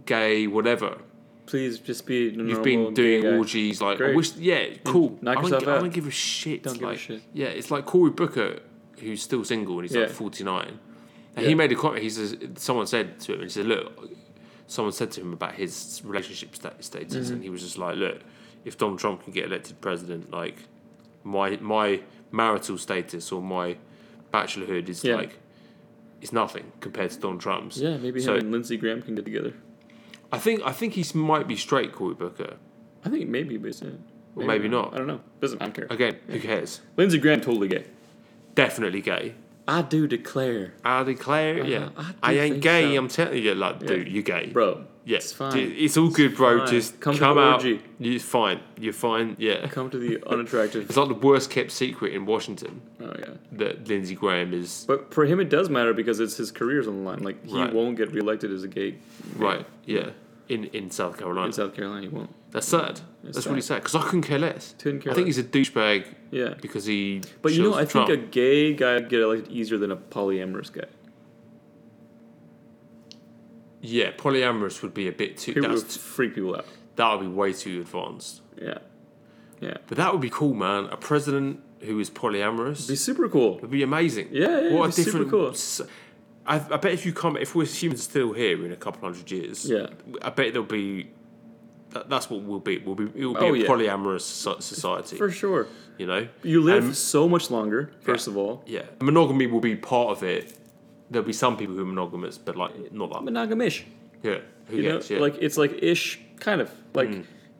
Speaker 3: gay whatever,
Speaker 4: Please just be. A
Speaker 3: You've
Speaker 4: normal
Speaker 3: been
Speaker 4: gay
Speaker 3: doing
Speaker 4: guy.
Speaker 3: orgies, like I
Speaker 4: Great.
Speaker 3: wish, yeah, cool.
Speaker 4: knock
Speaker 3: I, don't
Speaker 4: yourself
Speaker 3: gi- I
Speaker 4: out.
Speaker 3: don't give a shit.
Speaker 4: Don't give a
Speaker 3: like,
Speaker 4: shit.
Speaker 3: Yeah, it's like Cory Booker, who's still single and he's like
Speaker 4: Yeah.
Speaker 3: forty nine, and
Speaker 4: Yeah.
Speaker 3: he made a comment. He says someone said to him, he said, look, someone said to him about his relationship sta- status,
Speaker 4: Mm-hmm.
Speaker 3: and he was just like, look, if Donald Trump can get elected president, like my my marital status or my bachelorhood is
Speaker 4: Yeah.
Speaker 3: like. It's nothing compared to Donald Trump's.
Speaker 4: Yeah, maybe
Speaker 3: so.
Speaker 4: him and Lindsey Graham can get together.
Speaker 3: I think I think he might be straight, Cory Booker.
Speaker 4: I think maybe, but it's- maybe,
Speaker 3: maybe not.
Speaker 4: I don't know. Doesn't I don't care.
Speaker 3: Again, who cares?
Speaker 4: Lindsey Graham totally gay.
Speaker 3: definitely gay.
Speaker 4: I do declare,
Speaker 3: I declare, yeah.
Speaker 4: I
Speaker 3: I,
Speaker 4: do
Speaker 3: ain't
Speaker 4: think
Speaker 3: gay.
Speaker 4: so.
Speaker 3: I'm telling you, like, dude, you're gay,
Speaker 4: bro.
Speaker 3: Yeah,
Speaker 4: it's fine.
Speaker 3: D- It's all good, bro.
Speaker 4: fine.
Speaker 3: Just
Speaker 4: Come
Speaker 3: come,
Speaker 4: to the
Speaker 3: out.
Speaker 4: orgy.
Speaker 3: You're fine. You're fine. Yeah.
Speaker 4: Come
Speaker 3: [laughs]
Speaker 4: to the unattractive.
Speaker 3: It's like the worst kept secret in Washington
Speaker 4: oh yeah.
Speaker 3: that Lindsey Graham is
Speaker 4: But for him, it does matter because it's his career's on the line. Like he
Speaker 3: Right.
Speaker 4: won't get reelected as a gay
Speaker 3: right. Yeah. In in South Carolina.
Speaker 4: in South Carolina. He won't.
Speaker 3: That's sad. That's really sad because I couldn't care less.
Speaker 4: Couldn't care
Speaker 3: I think
Speaker 4: less.
Speaker 3: he's a douchebag
Speaker 4: Yeah.
Speaker 3: because he.
Speaker 4: But you know,
Speaker 3: chills
Speaker 4: I
Speaker 3: with
Speaker 4: think a
Speaker 3: Trump.
Speaker 4: gay guy would get elected easier than a polyamorous guy.
Speaker 3: yeah, polyamorous would be a bit too.
Speaker 4: People would
Speaker 3: That's,
Speaker 4: freak people out.
Speaker 3: that would be way too advanced.
Speaker 4: Yeah, yeah.
Speaker 3: But that would be cool, man. A president who is polyamorous.
Speaker 4: Be super cool.
Speaker 3: It'd be amazing.
Speaker 4: Yeah, yeah, it'd be super cool.
Speaker 3: s- I, I bet if you come, if we're humans still here in a couple hundred years,
Speaker 4: Yeah.
Speaker 3: I bet there'll be. That, that's what we'll be. We'll be. It will be
Speaker 4: Oh,
Speaker 3: a
Speaker 4: yeah.
Speaker 3: polyamorous so- society.
Speaker 4: For sure.
Speaker 3: you know,
Speaker 4: You live
Speaker 3: And-
Speaker 4: so much longer, first of all.
Speaker 3: yeah, monogamy will be part of it. There'll be some people who are monogamous, but like not that.
Speaker 4: Monogamish.
Speaker 3: Yeah, who
Speaker 4: You know,
Speaker 3: gets yeah. Mm.
Speaker 4: like it's like ish, kind of like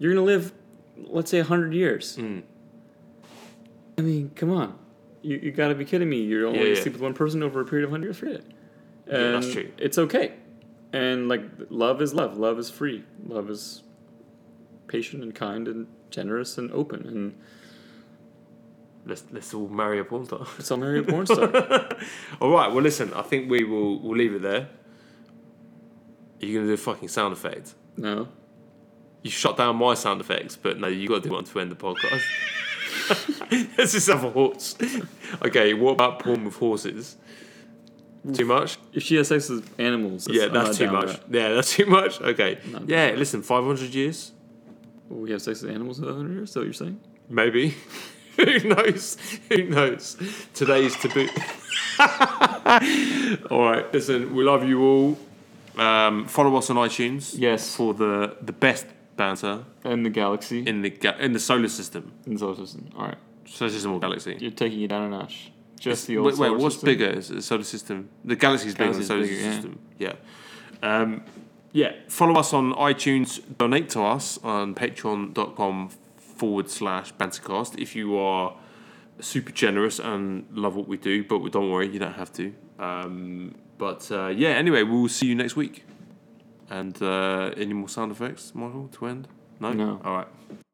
Speaker 4: you're gonna live, let's say, hundred years. I mean, come on, you, you gotta be kidding me! You're only
Speaker 3: Yeah,
Speaker 4: gonna
Speaker 3: yeah.
Speaker 4: sleep with one person over a period of hundred years. Forget it. And
Speaker 3: Yeah, that's true.
Speaker 4: It's okay, and like love is love. Love is free. Love is patient and kind and generous and open. And
Speaker 3: let's let's all marry a porn star.
Speaker 4: it's all marry a porn star.
Speaker 3: [laughs] all right. Well, listen. I think we will. We'll leave it there. Are you gonna do a fucking sound effect?
Speaker 4: No,
Speaker 3: you shut down my sound effects, but no, you got to do one to end the podcast. [laughs] Let's just have a horse. Okay, what about porn with horses? Too much?
Speaker 4: if she has sex with animals,
Speaker 3: Yeah,
Speaker 4: I'm
Speaker 3: that's
Speaker 4: not
Speaker 3: too
Speaker 4: down with
Speaker 3: much. Yeah, that's too much. Okay.
Speaker 4: Not
Speaker 3: Yeah, listen, 500 years?
Speaker 4: that. We have sex with animals for hundred years. So you're saying?
Speaker 3: Maybe. [laughs] Who knows? Who knows? Today's taboo. [laughs] all right, listen, we love you all. Um, follow us on iTunes.
Speaker 4: Yes.
Speaker 3: For the, the best banter
Speaker 4: And the galaxy
Speaker 3: in the ga- in the solar system,
Speaker 4: in solar system. All right.
Speaker 3: solar system or galaxy.
Speaker 4: You're taking it down a notch. Just the old.
Speaker 3: Wait, wait
Speaker 4: solar
Speaker 3: what's
Speaker 4: system?
Speaker 3: bigger? Is it the solar system? The galaxy's bigger than the
Speaker 4: Galaxy's
Speaker 3: solar
Speaker 4: bigger, yeah.
Speaker 3: system. Yeah. Um, yeah. Follow us on iTunes. Donate to us on patreon.com forward slash bantercast if you are super generous and love what we do. But don't worry, you don't have to. Um, but uh, yeah, anyway, we'll see you next week. And uh, any more sound effects, Michael, to end? No?
Speaker 4: No.
Speaker 3: All right.